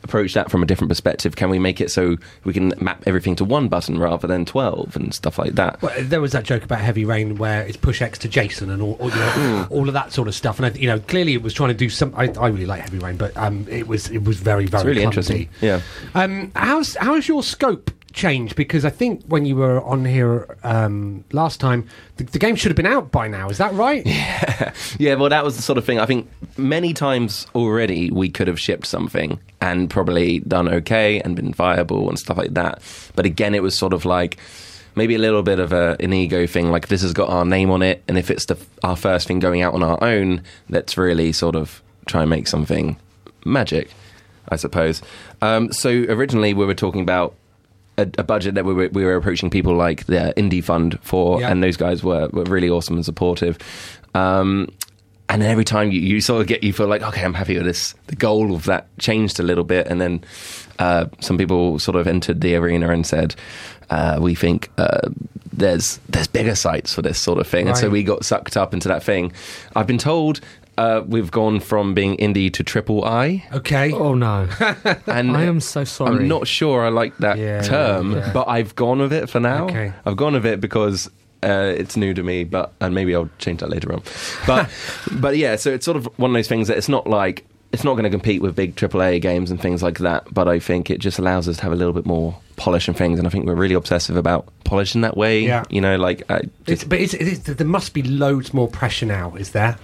F: approach that from a different perspective? Can we make it so we can map everything to one button rather than 12 and stuff like that?
D: Well, there was that joke about Heavy Rain where it's push X to Jason and all, all, you know,
F: Hmm.
D: all of that sort of stuff. And I, you know, clearly it was trying to do some. I, I really like Heavy Rain, but um, it was it was very very
F: It's really
D: clumsy.
F: interesting. Yeah.
D: Um, how's how's your scope changed? Because I think when you were on here um, last time, the, the game should have been out by now. Is that right?
F: Yeah, well, that was the sort of thing. I think many times already we could have shipped something and probably done okay and been viable and stuff like that. But again, it was sort of like maybe a little bit of a, an ego thing. Like this has got our name on it, and if it's the, our first thing going out on our own, let's really sort of try and make something magic, I suppose. Um, so originally we were talking about. A, a budget that we were, we were approaching people like the indie fund for,
D: Yeah.
F: and those guys were, were really awesome and supportive. Um, and then every time you, you sort of get, you feel like, okay, I'm happy with this. The goal of that changed a little bit. And then uh, some people sort of entered the arena and said, uh, we think uh, there's, there's bigger sites for this sort of thing. And so
D: Right.
F: we got sucked up into that thing. I've been told uh, we've gone from being indie to triple I.
D: Okay.
C: Oh no!
F: And
C: I am so sorry.
F: I'm not sure I like that
D: Yeah,
F: term,
D: yeah.
F: but I've gone with it for now.
D: Okay.
F: I've gone with it because uh, it's new to me, but and maybe I'll change that later on. But but yeah, so it's sort of one of those things that it's not like it's not going to compete with big AAA games and things like that. But I think it just allows us to have a little bit more polish and things, and I think we're really obsessive about polish in that way.
D: Yeah.
F: you know, like I
D: It's,
F: just,
D: but it's, it's, there must be loads more pressure now, is there?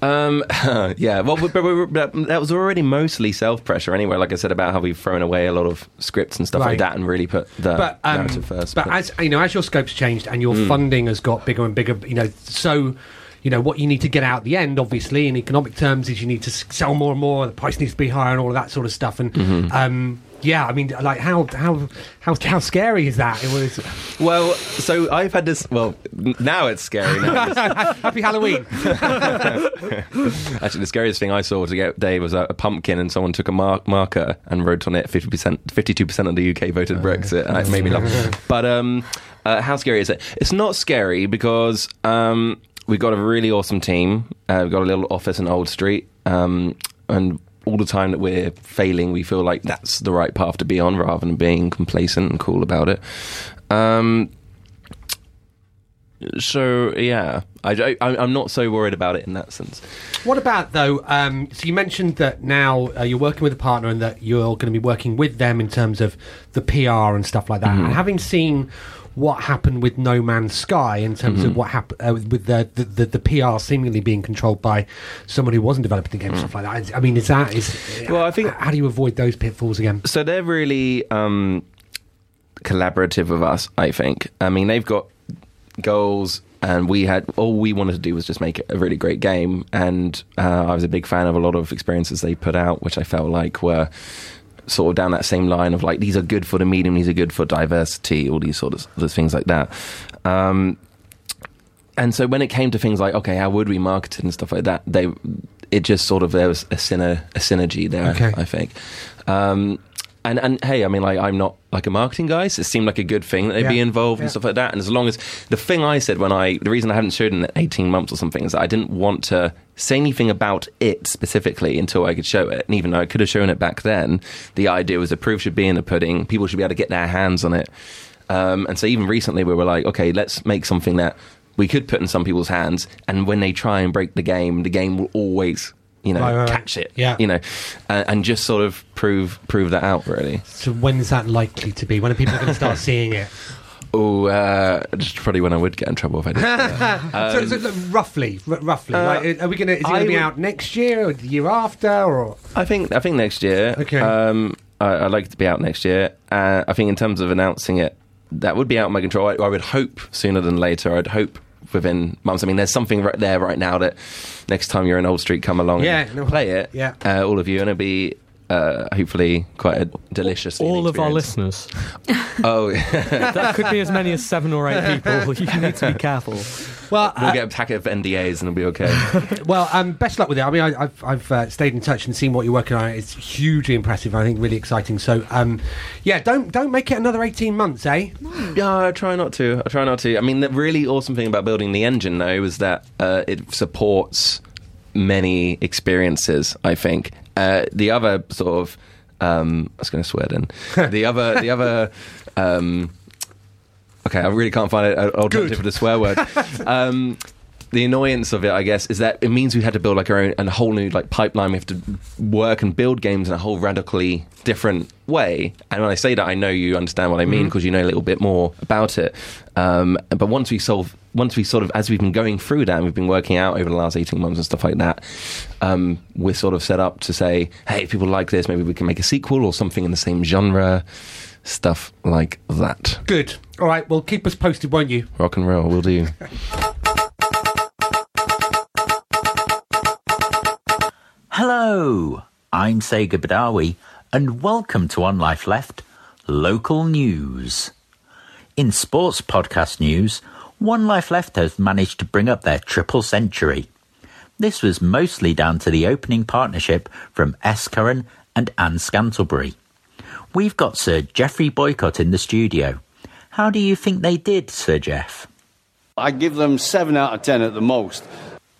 F: um, yeah. Well, but, but, but that- that was already mostly self pressure anyway. Like I said about how we've thrown away a lot of scripts and stuff
D: Right.
F: like that, and really put the
D: but um,
F: Uh, narrative first. Hmm.
D: But, as you know, as your scope's changed and your funding has got bigger and bigger, you know, so you know what you need to get out at the end, obviously, in economic terms, is you need to s- sell more and more. The price needs to be higher and all of that sort of stuff. And
F: Mm-hmm.
D: um, yeah, I mean, like how how how how scary is that? It was
F: Well, so I've had this. Well, n- now it's scary. Now.
D: Happy Halloween.
F: Actually, the scariest thing I saw to get day was a, a pumpkin, and someone took a mar- marker and wrote on it fifty percent, fifty-two percent of the UK voted Brexit, and it made me laugh. But um, uh, how scary is it? It's not scary because um, we've got a really awesome team. Uh, we've got a little office in Old Street, um, and all the time that we're failing, we feel like that's the right path to be on, rather than being complacent and cool about it. Um, so yeah, I, I, I'm not so worried about it in that sense.
D: What about though? Um, so you mentioned that now uh, you're working with a partner and that you're going to be working with them in terms of the PR and stuff like that.
F: Mm-hmm.
D: And having seen what happened with No Man's Sky in terms
F: Mm-hmm.
D: of what happened uh, with the the, the the PR seemingly being controlled by someone who wasn't developing the game and stuff like that. I, I mean, is that is
F: Mm. Well, I think-
D: how do you avoid those pitfalls again?
F: so they're really um, collaborative with us. I think. I mean, they've got goals, and we had all we wanted to do was just make a really great game. And uh, I was a big fan of a lot of experiences they put out, which I felt like were sort of down that same line of like these are good for the medium, these are good for diversity, all these sort of those things like that. Um, and so when it came to things like okay, how would we market it and stuff like that, they it just sort of there was a syner, a synergy there.
D: Okay.
F: I think. Um, and and hey, I mean, like I'm not like a marketing guy, so it seemed like a good thing that they'd be
D: Yeah.
F: involved
D: Yeah.
F: and stuff like that. And as long as the thing I said when I the reason I hadn't showed it in 18 months or something is that I didn't want to say anything about it specifically until I could show it. And even though I could have shown it back then, the idea was the proof should be in the pudding. People should be able to get their hands on it. Um, and so even recently, we were like, okay, let's make something that we could put in some people's hands, and when they try and break the game, the game will always. You know,
D: Right, right, right.
F: catch it.
D: Yeah.
F: You know, and, and just sort of prove prove that out. Really.
D: So when is that likely to be? When are people going to start seeing it?
F: Oh, uh, just probably when I would get in trouble if I
D: so,
F: did.
D: so, look, roughly, r- roughly,
F: Um, uh,
D: like, are we going to? Is it going
F: I
D: to be
F: would-
D: out next year or the year after? Or
F: I think I think next year.
D: Okay.
F: Um, I, I'd like it to be out next year. Uh, I think in terms of announcing it, that would be out of my control. I, I would hope sooner than later. I'd hope within months. I mean, there's something right there right now that next time you're in Old Street, come along
D: Yeah,
F: and
D: no-
F: play it.
D: yeah.
F: uh, all of you, and it'll be. Uh, hopefully, quite a delicious.
C: All of our
F: experience.
C: listeners.
F: Oh, yeah.
C: that could be as many as seven or eight people. You need to be careful.
D: Well, uh,
F: we'll get a packet of NDAs and it'll be okay.
D: Well, um, best luck with it. I mean, I, I've, I've uh, stayed in touch and seen what you're working on. It's hugely impressive. I think really exciting. So, um, yeah, don't don't make it another 18 months, eh?
F: Yeah, I try not to. I try not to. I mean, the really awesome thing about building the engine, though, is that uh, it supports many experiences. I think uh, the other sort of um, I was going to swear then. The other, the other. Um, okay, I really can't find an alternative for the swear word. um, the annoyance of it, I guess, is that it means we had to build like our own and a whole new like pipeline. We have to work and build games in a whole radically different way. And when I say that, I know you understand what I mean because you know a little bit more about it. Um, but once we solve, once we sort of, as we've been going through that, and we've been working out over the last eighteen months and stuff like that, um, we're sort of set up to say, hey, if people like this, maybe we can make a sequel or something in the same genre, stuff like that.
D: Good. All right. Well, keep us posted, won't you?
F: Rock and roll, we'll do.
I: Hello, I'm Sega Badawi, and welcome to On Life Left Local News. In sports podcast news, One Life Left has managed to bring up their triple century. This was mostly down to the opening partnership from S. Curran and Anne Scantlebury. We've got Sir Geoffrey Boycott in the studio. How do you think they did, Sir Jeff?
J: I give them seven out of ten at the most.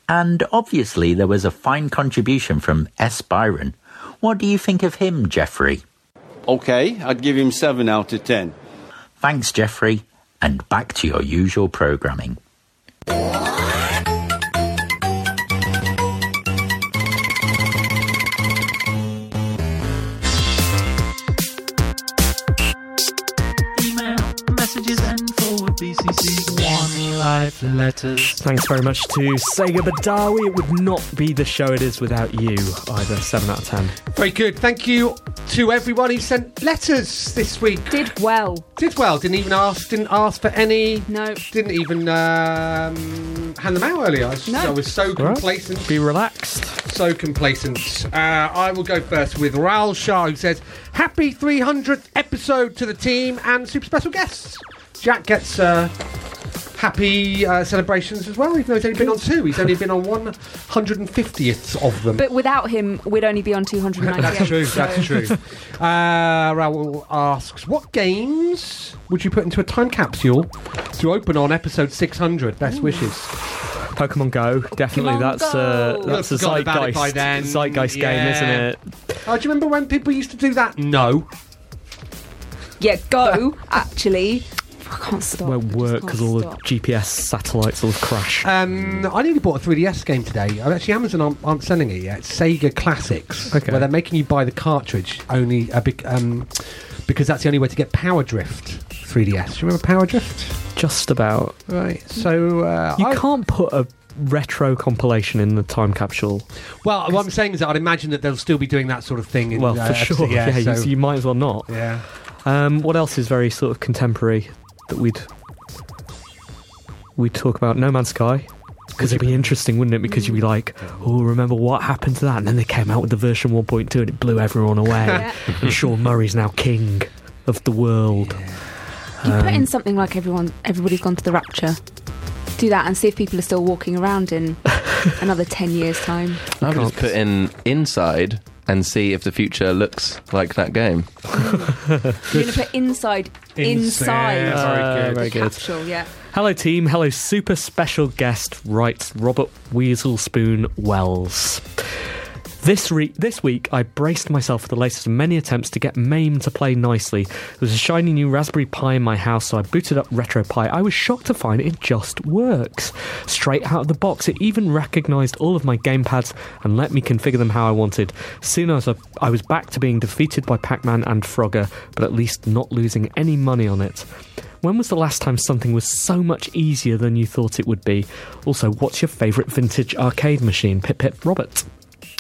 I: And obviously, there was a fine contribution from S. Byron. What do you think of him, Geoffrey?
J: Okay, I'd give him seven out of ten.
I: Thanks, Jeffrey, and back to your usual programming.
C: Thanks very much to Sega Badawi. It would not be the show it is without you either. Seven out of ten.
D: Very good. Thank you to everyone who sent letters this week.
E: Did well.
D: Did well. Didn't even ask. Didn't ask for any.
E: No.
D: Didn't even um, hand them out earlier. I was,
E: No.
D: I was so
C: All right.
D: complacent.
C: Be relaxed.
D: so complacent. Uh, I will go first with Raoul Shah, who says, Happy 300th episode to the team and super special guests. Jack gets uh, happy uh, celebrations as well, even though he's only been on two. He's only been on 150th of them.
E: But without him, we'd only be on 298.
D: That's true,
E: so-
D: that's true. Uh, Raoul asks, What games would you put into a time capsule to open on episode 600? Best wishes.
C: Pokemon Go, definitely.
E: Pokemon
C: that's a
E: Go.
C: that's a
D: Forgot about it
C: zeitgeist,
D: by then,
C: zeitgeist game,
D: yeah.
C: isn't it?
D: Oh, do you remember when people used to do that? No.
E: Yeah, go, actually. I can't stop.
C: Won't
E: I just
C: work
E: can't
C: because all
E: stop.
C: the GPS satellites all crash.
D: Um, I nearly bought a 3DS game today. Uh, Actually, Amazon aren't, aren't selling it yet. It's Sega Classics,
C: Okay.
D: where they're making you buy the cartridge only uh, bec- um, because that's the only way to get Power Drift 3DS. Do you remember Power Drift?
C: Just about.
D: Right. So uh,
C: You
D: I-
C: can't put a retro compilation in the time capsule.
D: Well, what I'm saying is, that I'd imagine that they'll still be doing that sort of thing. In,
C: Well,
D: uh,
C: for
D: episode-
C: sure. Yeah,
D: Yeah.
C: you-
D: so-
C: you, might as well not.
D: yeah.
C: Um, what else is very sort of contemporary that we'd we talk about? No Man's Sky. Because it'd be interesting, wouldn't it? Because you'd be like, "Oh, remember what happened to that?" And then they came out with the version 1.2, and it blew everyone away.
E: Yeah.
C: And Sean Murray's now king of the world.
E: You put in something like everyone, everybody's gone to the rapture. Do that and see if people are still walking around in another 10 years' time.
F: I would just put in inside and see if the future looks like that game.
E: You're going to put inside, inside.
D: Yeah, very good.
C: Uh, very good.
E: Capsule, yeah.
C: Hello, team. Hello, super special guest, writes Robert Weaselspoon Wells. This, re- this week, I braced myself for the latest of many attempts to get MAME to play nicely. There was a shiny new Raspberry Pi in my house, so I booted up RetroPie. I was shocked to find it just works. Straight out of the box, it even recognised all of my gamepads and let me configure them how I wanted. Soon as I, I was back to being defeated by Pac Man and Frogger, but at least not losing any money on it. When was the last time something was so much easier than you thought it would be? Also, what's your favourite vintage arcade machine? Pip Pip Robert.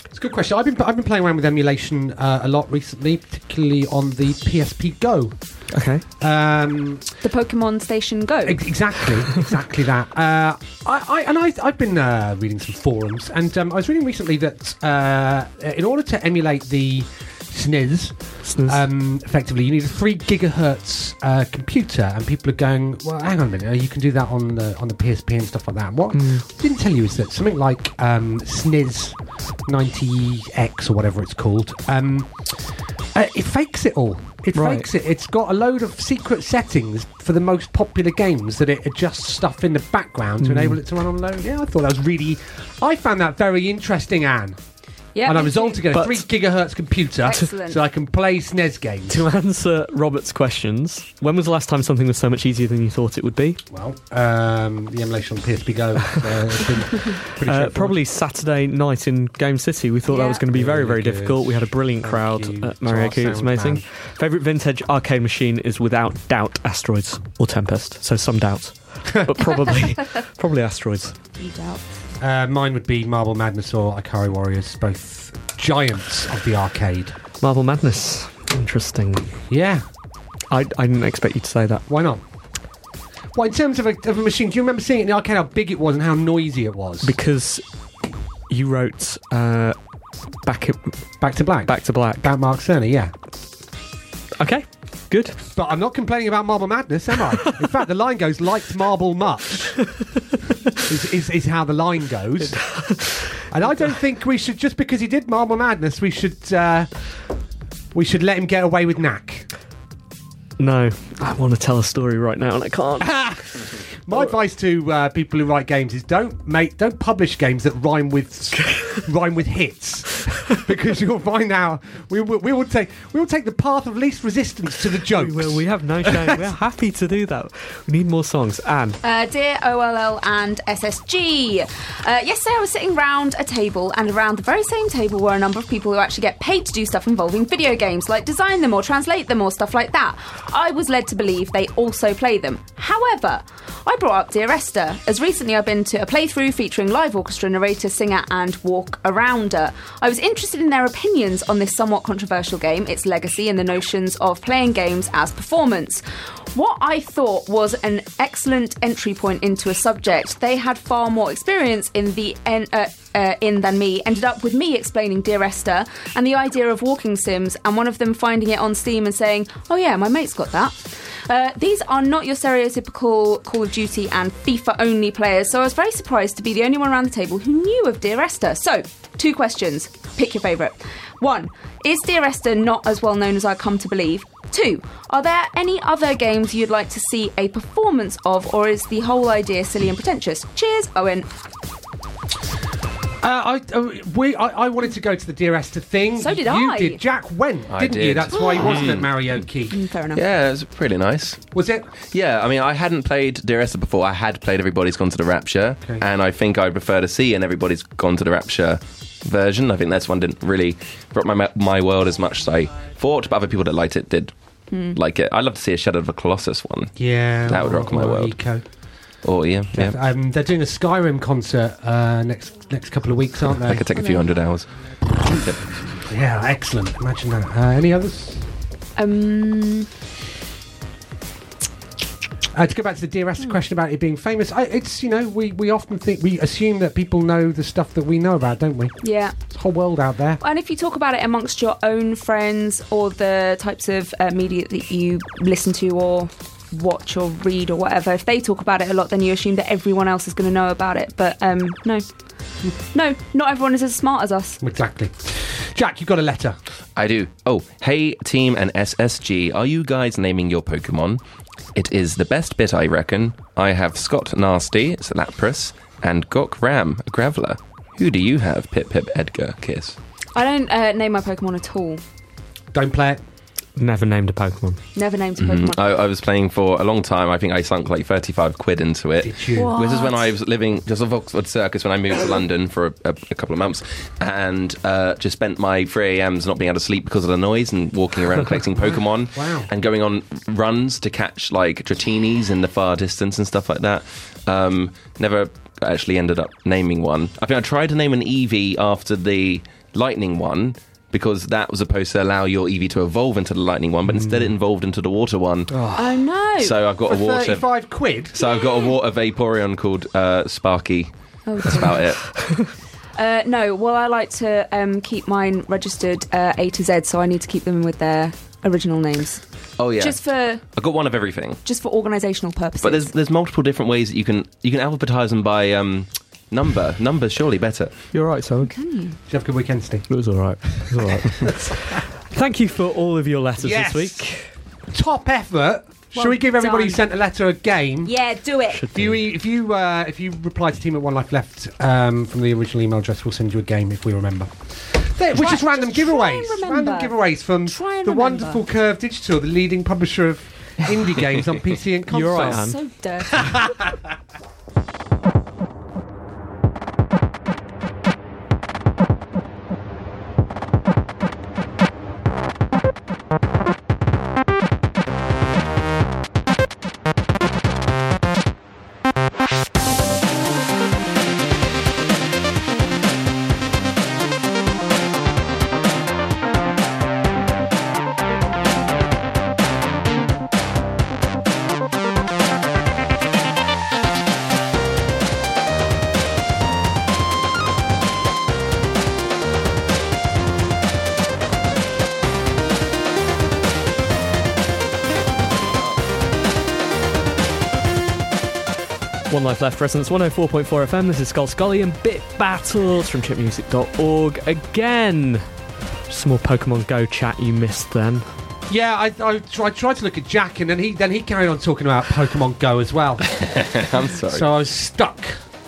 D: It's a good question. I've been I've been playing around with emulation uh, a lot recently, particularly on the PSP Go.
C: Okay.
D: Um,
E: The Pokemon Station Go.
D: Ex- Exactly, exactly that. Uh, I, I and I, I've been uh, reading some forums, and um, I was reading recently that uh, in order to emulate the SNES,
C: SNES.
D: Um, effectively, you need a three gigahertz uh, computer, and people are going, "Well, hang on a minute, you can do that on the on the PSP and stuff like that." What I didn't tell you is that something like um, SNES 90X or whatever it's called. Um, uh, it fakes it all. It
C: Right.
D: fakes it. It's got a load of secret settings for the most popular games that it adjusts stuff in the background to enable it to run on low. Yeah, I thought that was really. I found that very interesting, Anne.
E: yeah,
D: and I
E: me
D: resolved to
E: too.
D: get a
C: But-
D: three gigahertz computer
E: Excellent.
D: so I can play SNES games.
C: To answer Robert's questions, when was the last time something was so much easier than you thought it would be?
D: Well, um, the emulation on PSP Go uh, has been pretty
C: Uh,
D: straightforward.
C: probably Saturday night in Game City. We thought that
E: Yeah.
C: was going to be very, very
D: Really good.
C: difficult. We had a brilliant
D: Thank
C: crowd
D: you
C: at
D: to
C: Mario
D: our
C: Kart. It was
D: sound
C: amazing.
D: man.
C: Favorite vintage arcade machine is without doubt Asteroids or Tempest. So some doubt, but probably, probably Asteroids.
E: You doubt.
D: Uh, mine would be Marble Madness or Akari Warriors, both giants of the arcade.
C: Marvel Madness. Interesting.
D: Yeah,
C: I, I didn't expect you to say that.
D: Why not? Well, in terms of a, of a machine, do you remember seeing it in the arcade how big it was and how noisy it was?
C: because you wrote uh, back
D: back to black.
C: back to black.
D: about Mark Cerny, yeah.
C: Okay, good.
D: But I'm not complaining about Marble Madness, am I? in fact, the line goes, liked Marble much, is, is, is how the line goes. And I don't think we should, just because he did Marble Madness, we should. Uh, we should let him get away with knack.
C: No, I want to tell a story right now and I can't.
D: My advice to uh, people who write games is don't make, don't publish games that rhyme with rhyme with hits, because you'll find out we, will we will take we will take the path of least resistance to the jokes.
C: We, will- we have no shame. We're happy to do that. We need more songs. Anne,
E: Uh, dear OLL and SSG, uh, yesterday I was sitting round a table, and around the very same table were a number of people who actually get paid to do stuff involving video games, like design them or translate them or stuff like that. I was led to believe they also play them. However, I brought up Dear Esther, as recently I've been to a playthrough featuring live orchestra narrator, singer, and walk arounder. I was interested in their opinions on this somewhat controversial game, its legacy, and the notions of playing games as performance. What I thought was an excellent entry point into a subject they had far more experience in the en- uh, uh, in than me. Ended up with me explaining Dear Esther and the idea of walking sims, and one of them finding it on Steam and saying, "Oh yeah, my mate's got that." Uh, these are not your stereotypical Call of Duty and FIFA only players, so I was very surprised to be the only one around the table who knew of Dear Esther. So, two questions. Pick your favourite. One, is Dear Esther not as well known as I come to believe? Two, are there any other games you'd like to see a performance of, or is the whole idea silly and pretentious? Cheers, Owen.
D: Uh, I, uh, we, I, I wanted to go to the Dear Esther thing.
E: So did
D: you
E: I. Mm.
D: did. Jack went,
F: I
D: didn't you?
F: did. Hmm.
D: That's why he wasn't at Mario Key.
E: Fair enough.
F: Yeah, it was pretty nice.
D: Was it?
F: Yeah, I mean, I hadn't played Dear Esther before. I had played Everybody's Gone to the Rapture,
D: Okay.
F: and I think I prefer to see an Everybody's Gone to the Rapture version. I think this one didn't really rock my my world as much as I thought, but other people that liked it did like it. I'd love to see a Shadow of a Colossus one.
D: Yeah.
F: That would
D: or-
F: rock my
D: or
F: world.
D: Eco.
F: Oh yeah, yeah.
D: Um, they're doing a Skyrim concert uh, next next couple of weeks, aren't they?
F: That could take a few hundred hours.
D: yeah, excellent. Imagine that. Uh, any others?
E: Um,
D: Uh, to go back to the Dear
E: Hmm.
D: Esther question about it being famous, I, it's you know we, we often think we assume that people know the stuff that we know about, don't we?
E: yeah.
D: It's a whole world out there.
E: And if you talk about it amongst your own friends or the types of uh, media that you listen to or watch or read or whatever, if they talk about it a lot, then you assume that everyone else is going to know about it. But um, no. No, not everyone is as smart as us.
D: Exactly. Jack, you got a letter.
F: I do. Oh, hey, team and SSG, are you guys naming your Pokemon? It is the best bit, I reckon. I have Scott Nasty, it's Lapras, and Gok Ram, a Graveler. Who do you have, Pip Pip Edgar? Kiss.
E: I don't uh, name my Pokemon at all.
D: Don't play it.
C: never named a Pokemon.
E: Never named a
F: Mm,
E: Pokemon.
F: I, I was playing for a long time. I think I sunk like 35 quid into it.
D: Did you?
F: This is when I was living just off Oxford Circus when I moved to London for a, a, a couple of months and uh, just spent my 3 a.m.s not being able to sleep because of the noise and walking around collecting Pokemon
D: Wow.
F: and going on runs to catch like Dratinis in the far distance and stuff like that. Um, never E actually ended up naming one. I think I tried to name an Eevee after the Lightning one. because that was supposed to allow your EV to evolve into the lightning one, but instead it evolved into the water one.
E: Oh no!
F: So uh, I've got
D: Mm. For
F: a water.
D: thirty-five quid.
F: So I've got a water Vaporeon called uh, Sparky. That's about it.
E: Oh, Uh, no, well, I like to um, keep mine registered uh, A to Z, so I need to keep them with their original names,
F: Oh yeah,
E: just for
F: I got one of everything.
E: just for organisational purposes.
F: But there's there's multiple different ways that you can you can alphabetize them by um, number. Number's surely better.
C: You're right, Simon.
D: Did you have a good weekend, Steve?
C: It was all right. It was all right. Thank you for all of your letters
D: Yes.
C: this week.
D: Top effort. Shall
E: Well
D: we give everybody who
E: done.
D: sent a letter a game?
E: yeah, do it.
D: If you if you uh, if you reply to team at one life left um, from the original email address, we'll send you a game if we remember. There, which is random
E: just try and
D: giveaways,
E: remember.
D: random giveaways from
E: Try and
D: the
E: remember.
D: wonderful Curve Digital, the leading publisher of indie games on PC and console.
C: You're right, Anne.
E: Oh, So dirty.
C: One oh Life Left Resonance 104.4 FM. This is Skull Scully and Bit Battles from chipmusic.org. Again, some more Pokemon Go chat you missed then.
D: Yeah, I, I tried, tried to look at Jack, and then he then he carried on talking about Pokemon Go as well.
F: I'm sorry.
D: so I was stuck.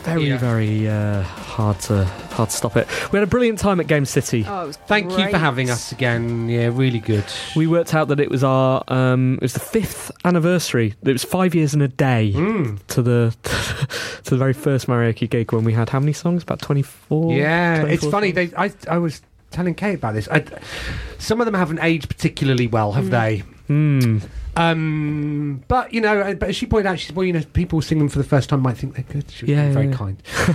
C: Very,
D: Yeah.
C: very uh, hard to hard to stop it. We had a brilliant time at Game City.
E: Oh, it was
D: Thank you for
E: great.
D: having us again. Yeah, really good.
C: We worked out that it was our um, it was the fifth anniversary. It was five years and a day
D: Hmm.
C: to the to the very first Mariachi gig when we had how many songs? About twenty four.
D: Yeah, it's funny. They, I I was telling Kate about this. I, some of them haven't aged particularly well, have they?
C: Mm.
D: Um, but you know, uh, but as she pointed out, she's well, you know, people singing for the first time might think they're good. She was
C: Yeah,
D: being very
C: yeah.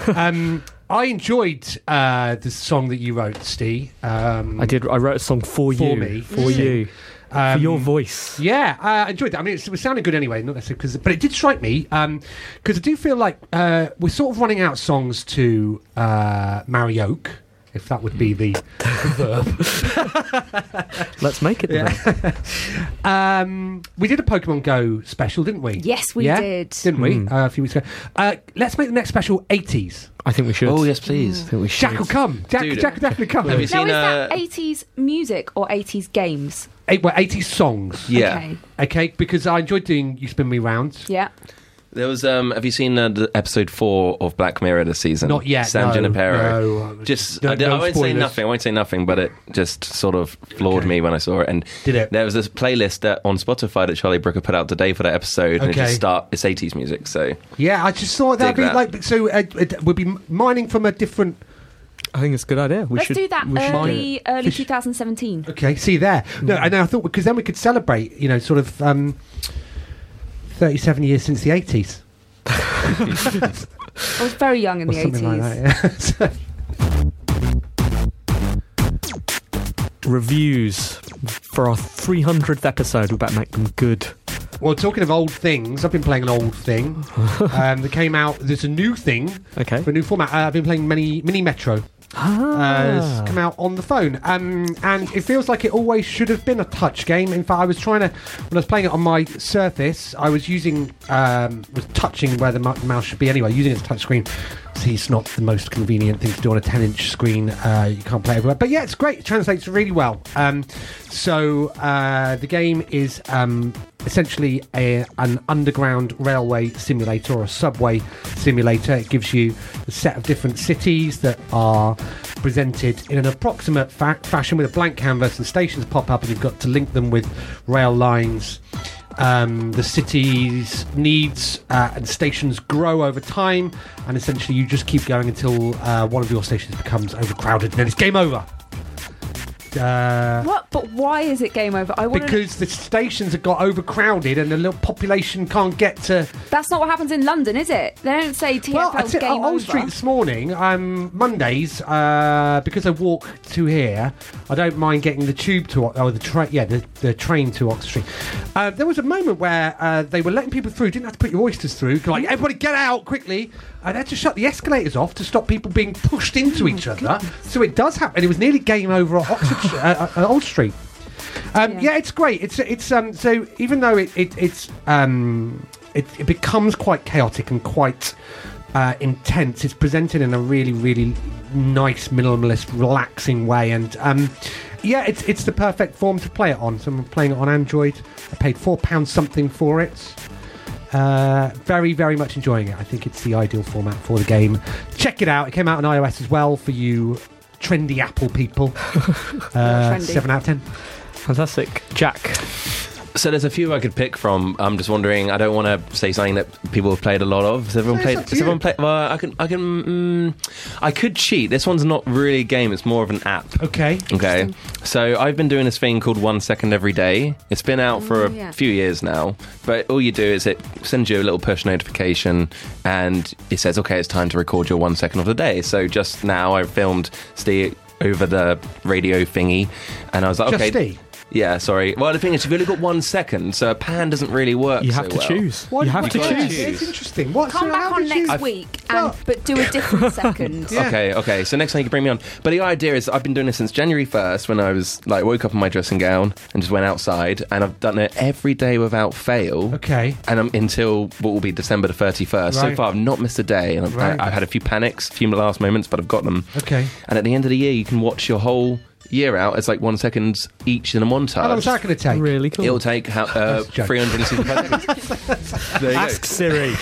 D: kind. um, I enjoyed uh, the song that you wrote, Steve. Um,
C: I did. I wrote a song for,
D: For
C: you.
D: me.
C: For you.
D: um,
C: for your voice.
D: Yeah, uh, I enjoyed that. I mean, it's, it sounded good anyway, not necessarily because, but it did strike me because I do feel like uh, we're sort of running out songs to uh, marry oak, if that would be the
C: Let's make it. then.
D: Um, we did a Pokemon Go special, didn't we?
E: Yes, we
D: Yeah?
E: did.
D: Didn't we?
F: Hmm.
D: Uh, a few weeks ago. Uh, let's make the next special 80s.
C: I think we should.
F: oh yes, please.
E: Mm.
C: I think we should.
D: Jack will come. Jack,
F: Dude.
D: Jack will definitely come.
F: Have you
E: Now,
F: seen
E: is that
F: uh,
E: 80s music or 80s games?
D: Eight, well, 80 songs.
F: yeah?
E: Okay.
D: Okay, because I enjoyed doing You Spin Me Round.
E: Yeah.
F: There was. Um, have you seen uh, the episode four of Black Mirror this season?
D: Not yet.
F: Sam
D: no,
F: Junipero.
D: no.
F: Just
D: No-
F: I, did-
D: no
F: I won't say
D: spoilers.
F: nothing. I won't say nothing, but it just sort of floored
D: Okay.
F: me when I saw it. And
D: Did it?
F: there was this playlist that on Spotify that Charlie Brooker put out today for that episode, and it
D: Okay.
F: just start it's eighties music. So
D: Yeah, I just thought that'd
F: Dig
D: be
F: that.
D: like. So uh, it, we'd be mining from a different.
C: I think it's a good idea. We
E: Let's
C: should
E: do that
C: we should
E: early, early
D: Fish-
E: 2017.
D: Okay, see there.
F: Hmm.
D: No, and I thought because then we could celebrate, you know, sort of um, 37 years since the 80s.
E: I was very young in
D: or
E: the 80s.
D: something like that. Yeah.
C: Reviews for our 300th episode. We better make them good.
D: Well, talking of old things, I've been playing an old thing um, that came out. There's a new thing
C: Okay.
D: for a new format. Uh, I've been playing mini mini Metro. Uh,
C: Ah.
D: It's come out on the phone, um, and it feels like it always should have been a touch game. In fact, I was trying to when I was playing it on my Surface, I was using um, was touching where the mou- mouse should be anyway, using it as a touch screen. See, it's not the most convenient thing to do on a 10 inch screen. Uh, you can't play everywhere, but yeah, it's great. It translates really well. Um, so uh, the game is um, essentially a, an underground railway simulator or a subway simulator. It gives you a set of different cities that are presented in an approximate fa- fashion with a blank canvas, and stations pop up, and you've got to link them with rail lines. Um, the city's needs uh, and stations grow over time, and essentially you just keep going until uh, one of your stations becomes overcrowded, and then it's game over. Uh,
E: What? But why is it game over? I want
D: because the stations have got overcrowded and the little population can't get to.
E: That's not what happens in London, is it? They don't say TFL
D: Well, I
E: game
D: said on
E: over.
D: Old Street this morning, um, Mondays, uh, because I walk to here, I don't mind getting the tube to, Ox- oh, the train, yeah, the, the train to Oxford Street. Uh, there was a moment where uh, they were letting people through, didn't have to put your oysters through,
E: Mm.
D: like, everybody get out quickly. I had to shut the escalators off to stop people being pushed
E: Oh
D: into each other. So it does happen. It was nearly game over at, Oxford, uh, uh, Old Street. Um, yeah. it's great. It's it's um so even though it, it it's um it, it becomes quite chaotic and quite uh, intense, it's presented in a really really nice minimalist, relaxing way, and um yeah, it's it's the perfect form to play it on. So I'm playing it on Android. I paid four pounds something for it. Uh, very, very much enjoying it. I think it's the ideal format for the game. Check it out. It came out on iOS as well for you trendy Apple people. uh,
E: Trendy.
D: 7 out of 10.
C: Fantastic. Jack.
F: So there's a few I could pick from. I'm just wondering. I don't want to say something that people have played a lot of. Has everyone
D: It's
F: played?
D: up to
F: Has everyone
D: you.
F: played? Well, I can. I can. Mm, I could cheat. This one's not really a game. It's more of an app.
D: Okay.
F: Okay. So I've been doing this thing called One Second Every Day. It's been out for a
E: yeah.
F: few years now, but all you do is it sends you a little push notification and it says, okay, it's time to record your one second of the day. So just now I filmed Steve over the radio thingy and I was like,
D: Just
F: okay.
D: Steve?
F: Yeah, sorry. Well, the thing is, you've only got one second, so a pan doesn't really work.
C: You
F: so
C: have to
F: well.
C: choose.
D: Why
C: you
D: did
C: have to
D: you
F: choose.
C: choose.
D: It's interesting. What?
E: Come
D: so
E: back
D: how
E: on
D: did you-
E: next week, and
D: Well-
E: but do a different second.
D: Yeah.
F: Okay, okay. So next time you can bring me on. But the idea is I've been doing this since January 1st when I was like woke up in my dressing gown and just went outside and I've done it every day without fail.
D: Okay.
F: And I'm until what will be December the 31st. So
D: Right.
F: far I've not missed a day and I've,
D: Right.
F: I, have had a few panics, a few last moments, but I've got them.
D: Okay.
F: And at the end of the year you can watch your whole year out as like 1 seconds each in a montage.
D: How long's that going to take?
C: Really cool.
F: It'll take how, uh,
D: Nice joke.
F: 365 seconds. There you go.
C: Ask Siri.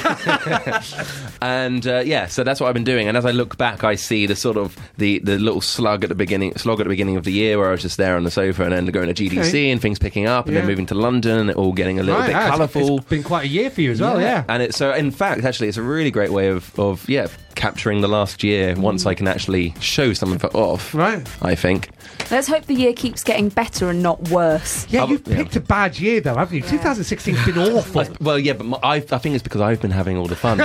F: And uh, yeah, so that's what I've been doing. And as I look back, I see the sort of the, the little slug at the beginning, slog at the beginning of the year, where I was just there on the sofa, and then going to GDC
D: Okay.
F: and things picking up, and then
D: Yeah.
F: moving to London, and it all getting a little
D: Right,
F: bit
D: ah, it's-
F: colourful.
D: It's been quite a year for you as well, yeah.
F: And it's so, in fact, actually, it's a really great way of, of yeah, capturing the last year once I can actually show something for off.
D: Right.
F: I think.
E: Let's hope the year keeps getting better and not worse.
D: Yeah,
F: I've-
D: you've
F: yeah.
D: picked a bad year, though, haven't you? 2016's been awful.
F: Well, yeah, but my, I, I think it's because I've been having all the fun,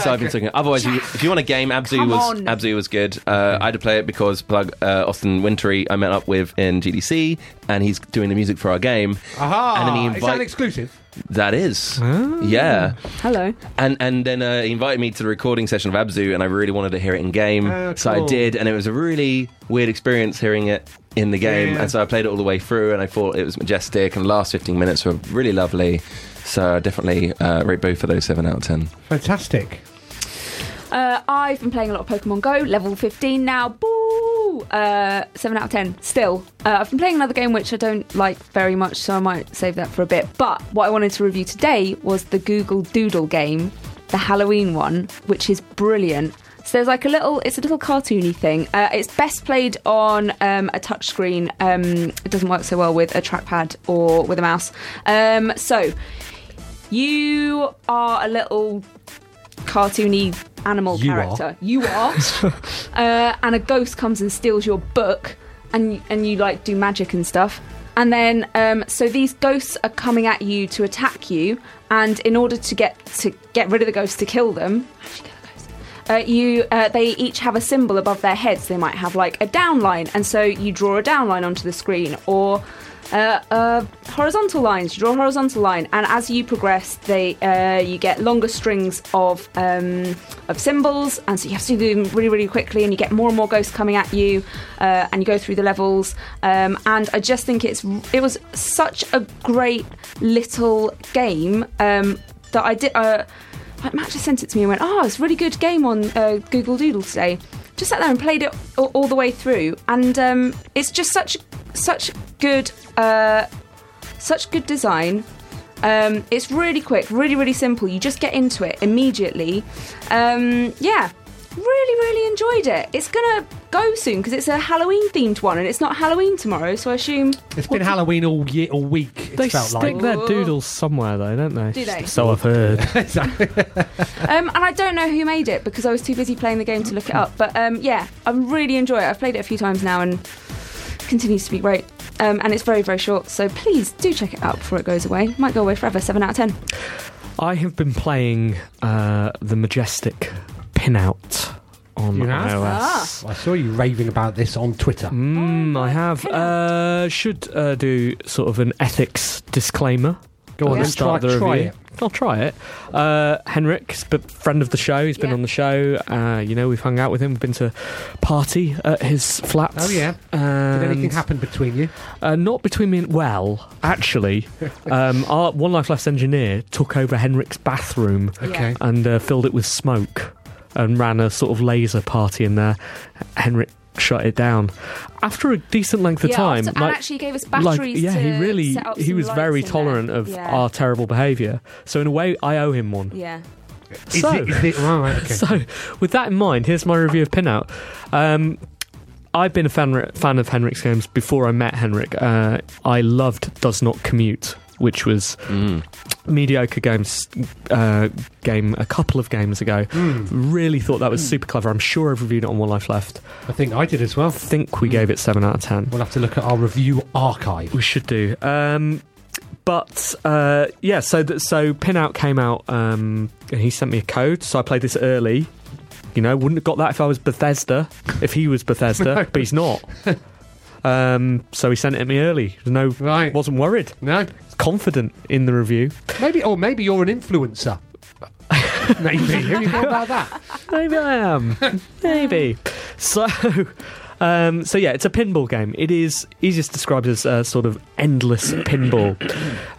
F: so I've been talking. Otherwise, you, if you want a game, Abzu
E: Come
F: was
E: on.
F: Abzu was good. Uh, I had to play it because plug uh, Austin Wintery I met up with in GDC, and he's doing the music for our game.
E: Uh-huh.
D: Aha!
F: And then he
D: Is that an
F: invite-
D: exclusive?
F: That is,
E: Ah.
F: yeah.
E: Hello.
F: And and then uh, he invited me to the recording session of Abzu, and I really wanted to hear it in game,
D: Oh,
F: so I
D: cool.
F: did, and it was a really weird experience hearing it in the game,
D: Yeah.
F: and so I played it all the way through, and I thought it was majestic, and the last fifteen minutes were really lovely. So I definitely uh, rate both of those seven out of ten.
D: Fantastic.
E: Uh, I've been playing a lot of Pokemon Go, level 15 now. Boo! Uh, 7 out of 10, still. Uh, I've been playing another game which I don't like very much, so I might save that for a bit. But what I wanted to review today was the Google Doodle game, the Halloween one, which is brilliant. So there's like a little, it's a little cartoony thing. Uh, it's best played on um, a touchscreen. Um, it doesn't work so well with a trackpad or with a mouse. Um, so you are a little cartoony animal
D: You
E: character. You are. uh, and a ghost comes and steals your book, and and you like do magic and stuff. And then, um, so these ghosts are coming at you to attack you, and in order to get to get rid of the ghosts to kill them, actually kill the ghosts, uh, you uh, they each have a symbol above their heads. They might have like a down line, and so you draw a down line onto the screen, or uh, uh, horizontal lines. You draw a horizontal line, and as you progress, they uh, you get longer strings of um, of symbols, and so you have to do them really, really quickly. And you get more and more ghosts coming at you, uh, and you go through the levels. Um, and I just think it's it was such a great little game um, that I did. Uh, like Matt just sent it to me and went, "Oh, it's a really good game on uh, Google Doodle today." Just sat there and played it all, all the way through, and um, it's just such such good uh, such good design. Um, it's really quick, really really simple. You just get into it immediately. Um, yeah, really really enjoyed it. It's gonna go soon because it's a Halloween themed one, and it's not Halloween tomorrow, so I assume
D: It's been Halloween all year, all week. It's
C: They
D: felt
C: stick
D: like.
C: their doodles somewhere, though, don't they?
E: Do they?
C: So I've heard.
E: Um, and I don't know who made it because I was too busy playing the game to look it up. But um, yeah, I really enjoy it. I've played it a few times now and continues to be great. Um, and it's very, very short, so please do check it out before it goes away. Might go away forever. 7 out of 10.
C: I have been playing uh, the Majestic Pinout on
D: You have?
E: Ah.
C: iOS.
D: I saw you raving about this on Twitter.
C: Mm, I have. Uh, should uh, do sort of an ethics disclaimer.
D: Go on,
C: at
D: then
C: the start
D: try-
C: of the
D: try
C: review.
D: it.
C: I'll try it. Uh, Henrik's a friend of the show. He's been
E: Yeah.
C: on the show. Uh, you know, we've hung out with him. We've been to party at his flat.
D: Oh, yeah. Did anything happen between you?
C: Uh, not between me and. Well, actually, um, our One Life Left's engineer took over Henrik's bathroom
D: Okay.
C: and uh, filled it with smoke and ran a sort of laser party in there. Henrik shut it down after a decent length of
E: Yeah,
C: time.
E: after- and actually gave us batteries
C: yeah, he
E: to
C: really
E: set up
C: he
E: some
C: was
E: lights
C: very
E: in there.
C: tolerant of
E: Yeah.
C: our terrible behaviour. So in a way, I owe him one.
E: Yeah.
D: Is
C: So-
D: it, is it, all right, okay.
C: So, with that in mind, here's my review of Pinout. Um, I've been a fan, fan of Henrik's games before I met Henrik. Uh, I loved Does Not Commute, which was mediocre games uh, game a couple of games ago.
D: Hmm.
C: Really thought that was super clever. I'm sure I've reviewed it on One Life Left.
D: I think I did as well.
C: I think we gave it seven out of ten.
D: We'll have to look at our review archive.
C: We should do. Um, but uh, yeah, so th- so Pinout came out, um, and he sent me a code, so I played this early. You know, wouldn't have got that if I was Bethesda, if he was Bethesda,
D: No.
C: but he's not. um, so he sent it to me early. No,
D: Right.
C: wasn't worried.
D: No,
C: Confident in the review.
D: maybe, or maybe you're an influencer. maybe. Have you thought about that?
C: Maybe I am. Maybe. So, um, so yeah, it's a pinball game. It is easiest described as a sort of endless pinball.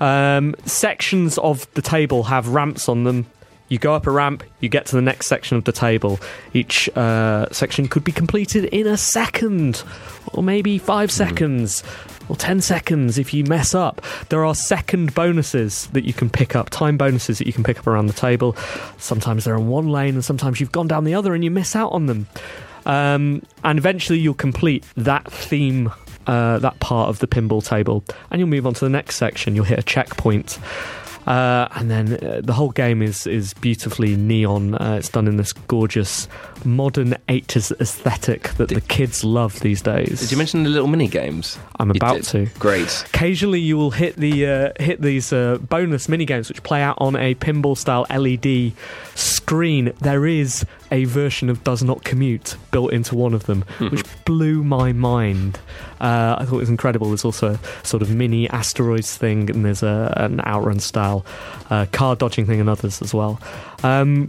C: Um, sections of the table have ramps on them. You go up a ramp, you get to the next section of the table. Each uh, section could be completed in a second, or maybe five seconds, or ten seconds if you mess up. There are second bonuses that you can pick up, time bonuses that you can pick up around the table. Sometimes they're in one lane, and sometimes you've gone down the other and you miss out on them. Um, and eventually you'll complete that theme, uh, that part of the pinball table, and you'll move on to the next section. You'll hit a checkpoint. Uh, and then uh, the whole game is is beautifully neon. Uh, it's done in this gorgeous modern 80s aesthetic that the kids love these days.
F: Did you mention the little mini games?
C: I'm
F: You
C: about
F: did.
C: to.
F: Great.
C: Occasionally, you will hit the uh, hit these uh, bonus minigames, which play out on a pinball-style LED E screen. There is a version of Does Not Commute built into one of them, which blew my mind. Uh, I thought it was incredible. There's also a sort of mini asteroids thing, and there's a, an outrun-style uh, car dodging thing, and others as well. Um,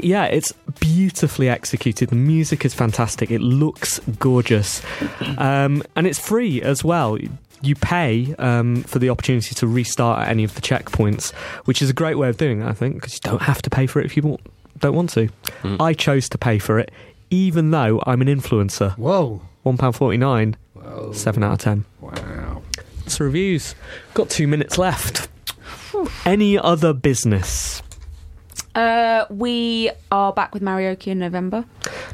C: yeah, it's beautifully executed. The music is fantastic. It looks gorgeous. Um, and it's free as well. You pay um, for the opportunity to restart at any of the checkpoints, which is a great way of doing that, I think, because you don't have to pay for it if you want, don't want to. I chose to pay for it, even though I'm an influencer.
D: Whoa.
C: £1.49, 7 out of 10.
D: Wow.
C: That's the reviews. Got two minutes left. Any other business?
E: Uh, we are back with Marioki in November.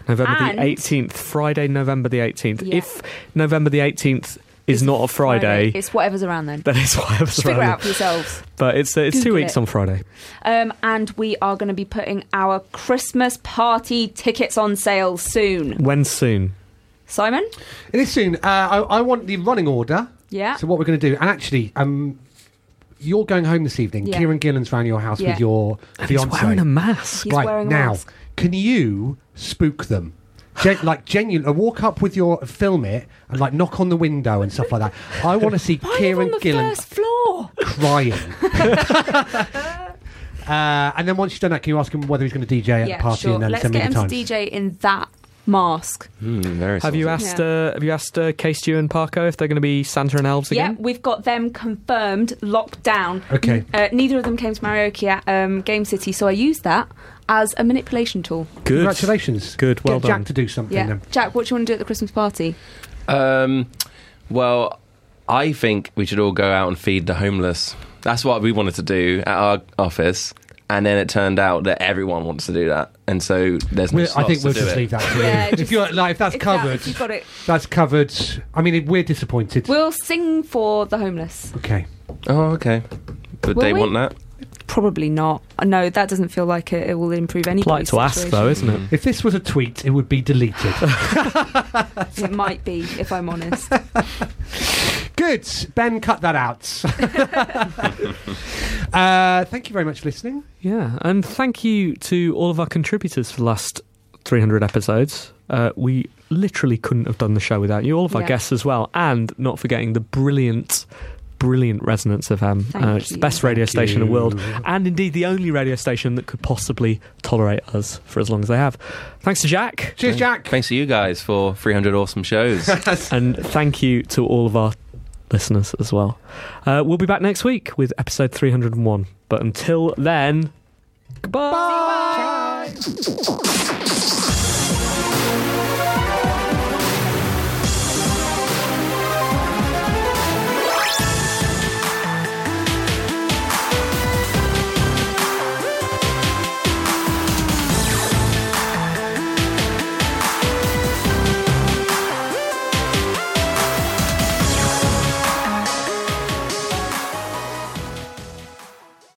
C: November
E: And-
C: the 18th, Friday, November the 18th.
E: Yeah.
C: If November the 18th is not a Friday,
E: It's whatever's around then.
C: then it's whatever.
E: Figure it out for yourselves.
C: But it's, uh, it's two
E: Google
C: weeks
E: it.
C: on Friday.
E: Um, and we are going to be putting our Christmas party tickets on sale soon.
C: When soon?
E: Simon?
D: It is soon. Uh, I, I want the running order.
E: Yeah.
D: So what we're going to do, and actually, um, you're going home this evening.
E: Yeah.
D: Kieran Gillen's round your house
E: Yeah.
D: with your
C: He's
D: fiance.
C: wearing a mask.
E: He's
D: right
E: wearing a
D: now,
E: mask.
D: can you spook them? Gen- like genuinely, walk up with your film it and like knock on the window and stuff like that. I want to see
E: I'm
D: Kieran
E: on the
D: Gillen
E: first floor.
D: crying. uh, and then once you've done that, can you ask him whether he's going to DJ at
E: yeah,
D: the party
E: sure.
D: and then
E: Let's
D: send me
E: get
D: the
E: him
D: times?
E: to DJ in that mask.
C: Mm,
F: very
C: Have you asked? Uh, have you asked uh, Case Stew and Parko if they're going to be Santa and elves
E: Yeah,
C: again?
E: we've got them confirmed, locked down.
D: Okay.
E: Uh, neither of them came to Marioki at um, Game City, so I used that as a manipulation tool.
C: Good.
D: Congratulations.
C: Good, well
D: Get
C: done.
D: Jack to do something
E: Yeah.
D: then.
E: Jack, what do you want to do at the Christmas party?
F: Um, well, I think we should all go out and feed the homeless. That's what we wanted to do at our office. And then it turned out that everyone wants to do that, and so there's no.
D: We're, I
F: slots
D: think
F: to
D: we'll
F: do
D: just
F: it.
D: leave that to you.
E: Yeah,
D: if
E: just-
D: you're like, if that's
E: if that-
D: covered,
E: if you've got it-
D: that's covered. I mean, it- we're disappointed.
E: We'll sing for the homeless.
D: okay.
F: Oh, okay. But
E: Will
F: they
E: we?
F: want that.
E: Probably not. No, that doesn't feel like it, it will improve any.
C: Polite to ask, though, isn't it?
D: If this was a tweet, it would be deleted.
E: It might be, if I'm honest.
D: Good. Ben, cut that out. uh, thank you very much for listening.
C: Yeah, and thank you to all of our contributors for the last 300 episodes. Uh, we literally couldn't have done the show without you, all of our
E: Yeah.
C: guests as well, and not forgetting the brilliant, brilliant Resonance of M.
E: Thank
C: it's the
E: you.
C: best radio station in the
D: you.
C: world, and indeed the only radio station that could possibly tolerate us for as long as they have. Thanks to Jack,
D: Cheers, Jack.
F: Thanks to you guys for 300 awesome shows.
C: and thank you to all of our listeners as well. Uh, we'll be back next week with episode 301, but until then, goodbye.
D: Bye.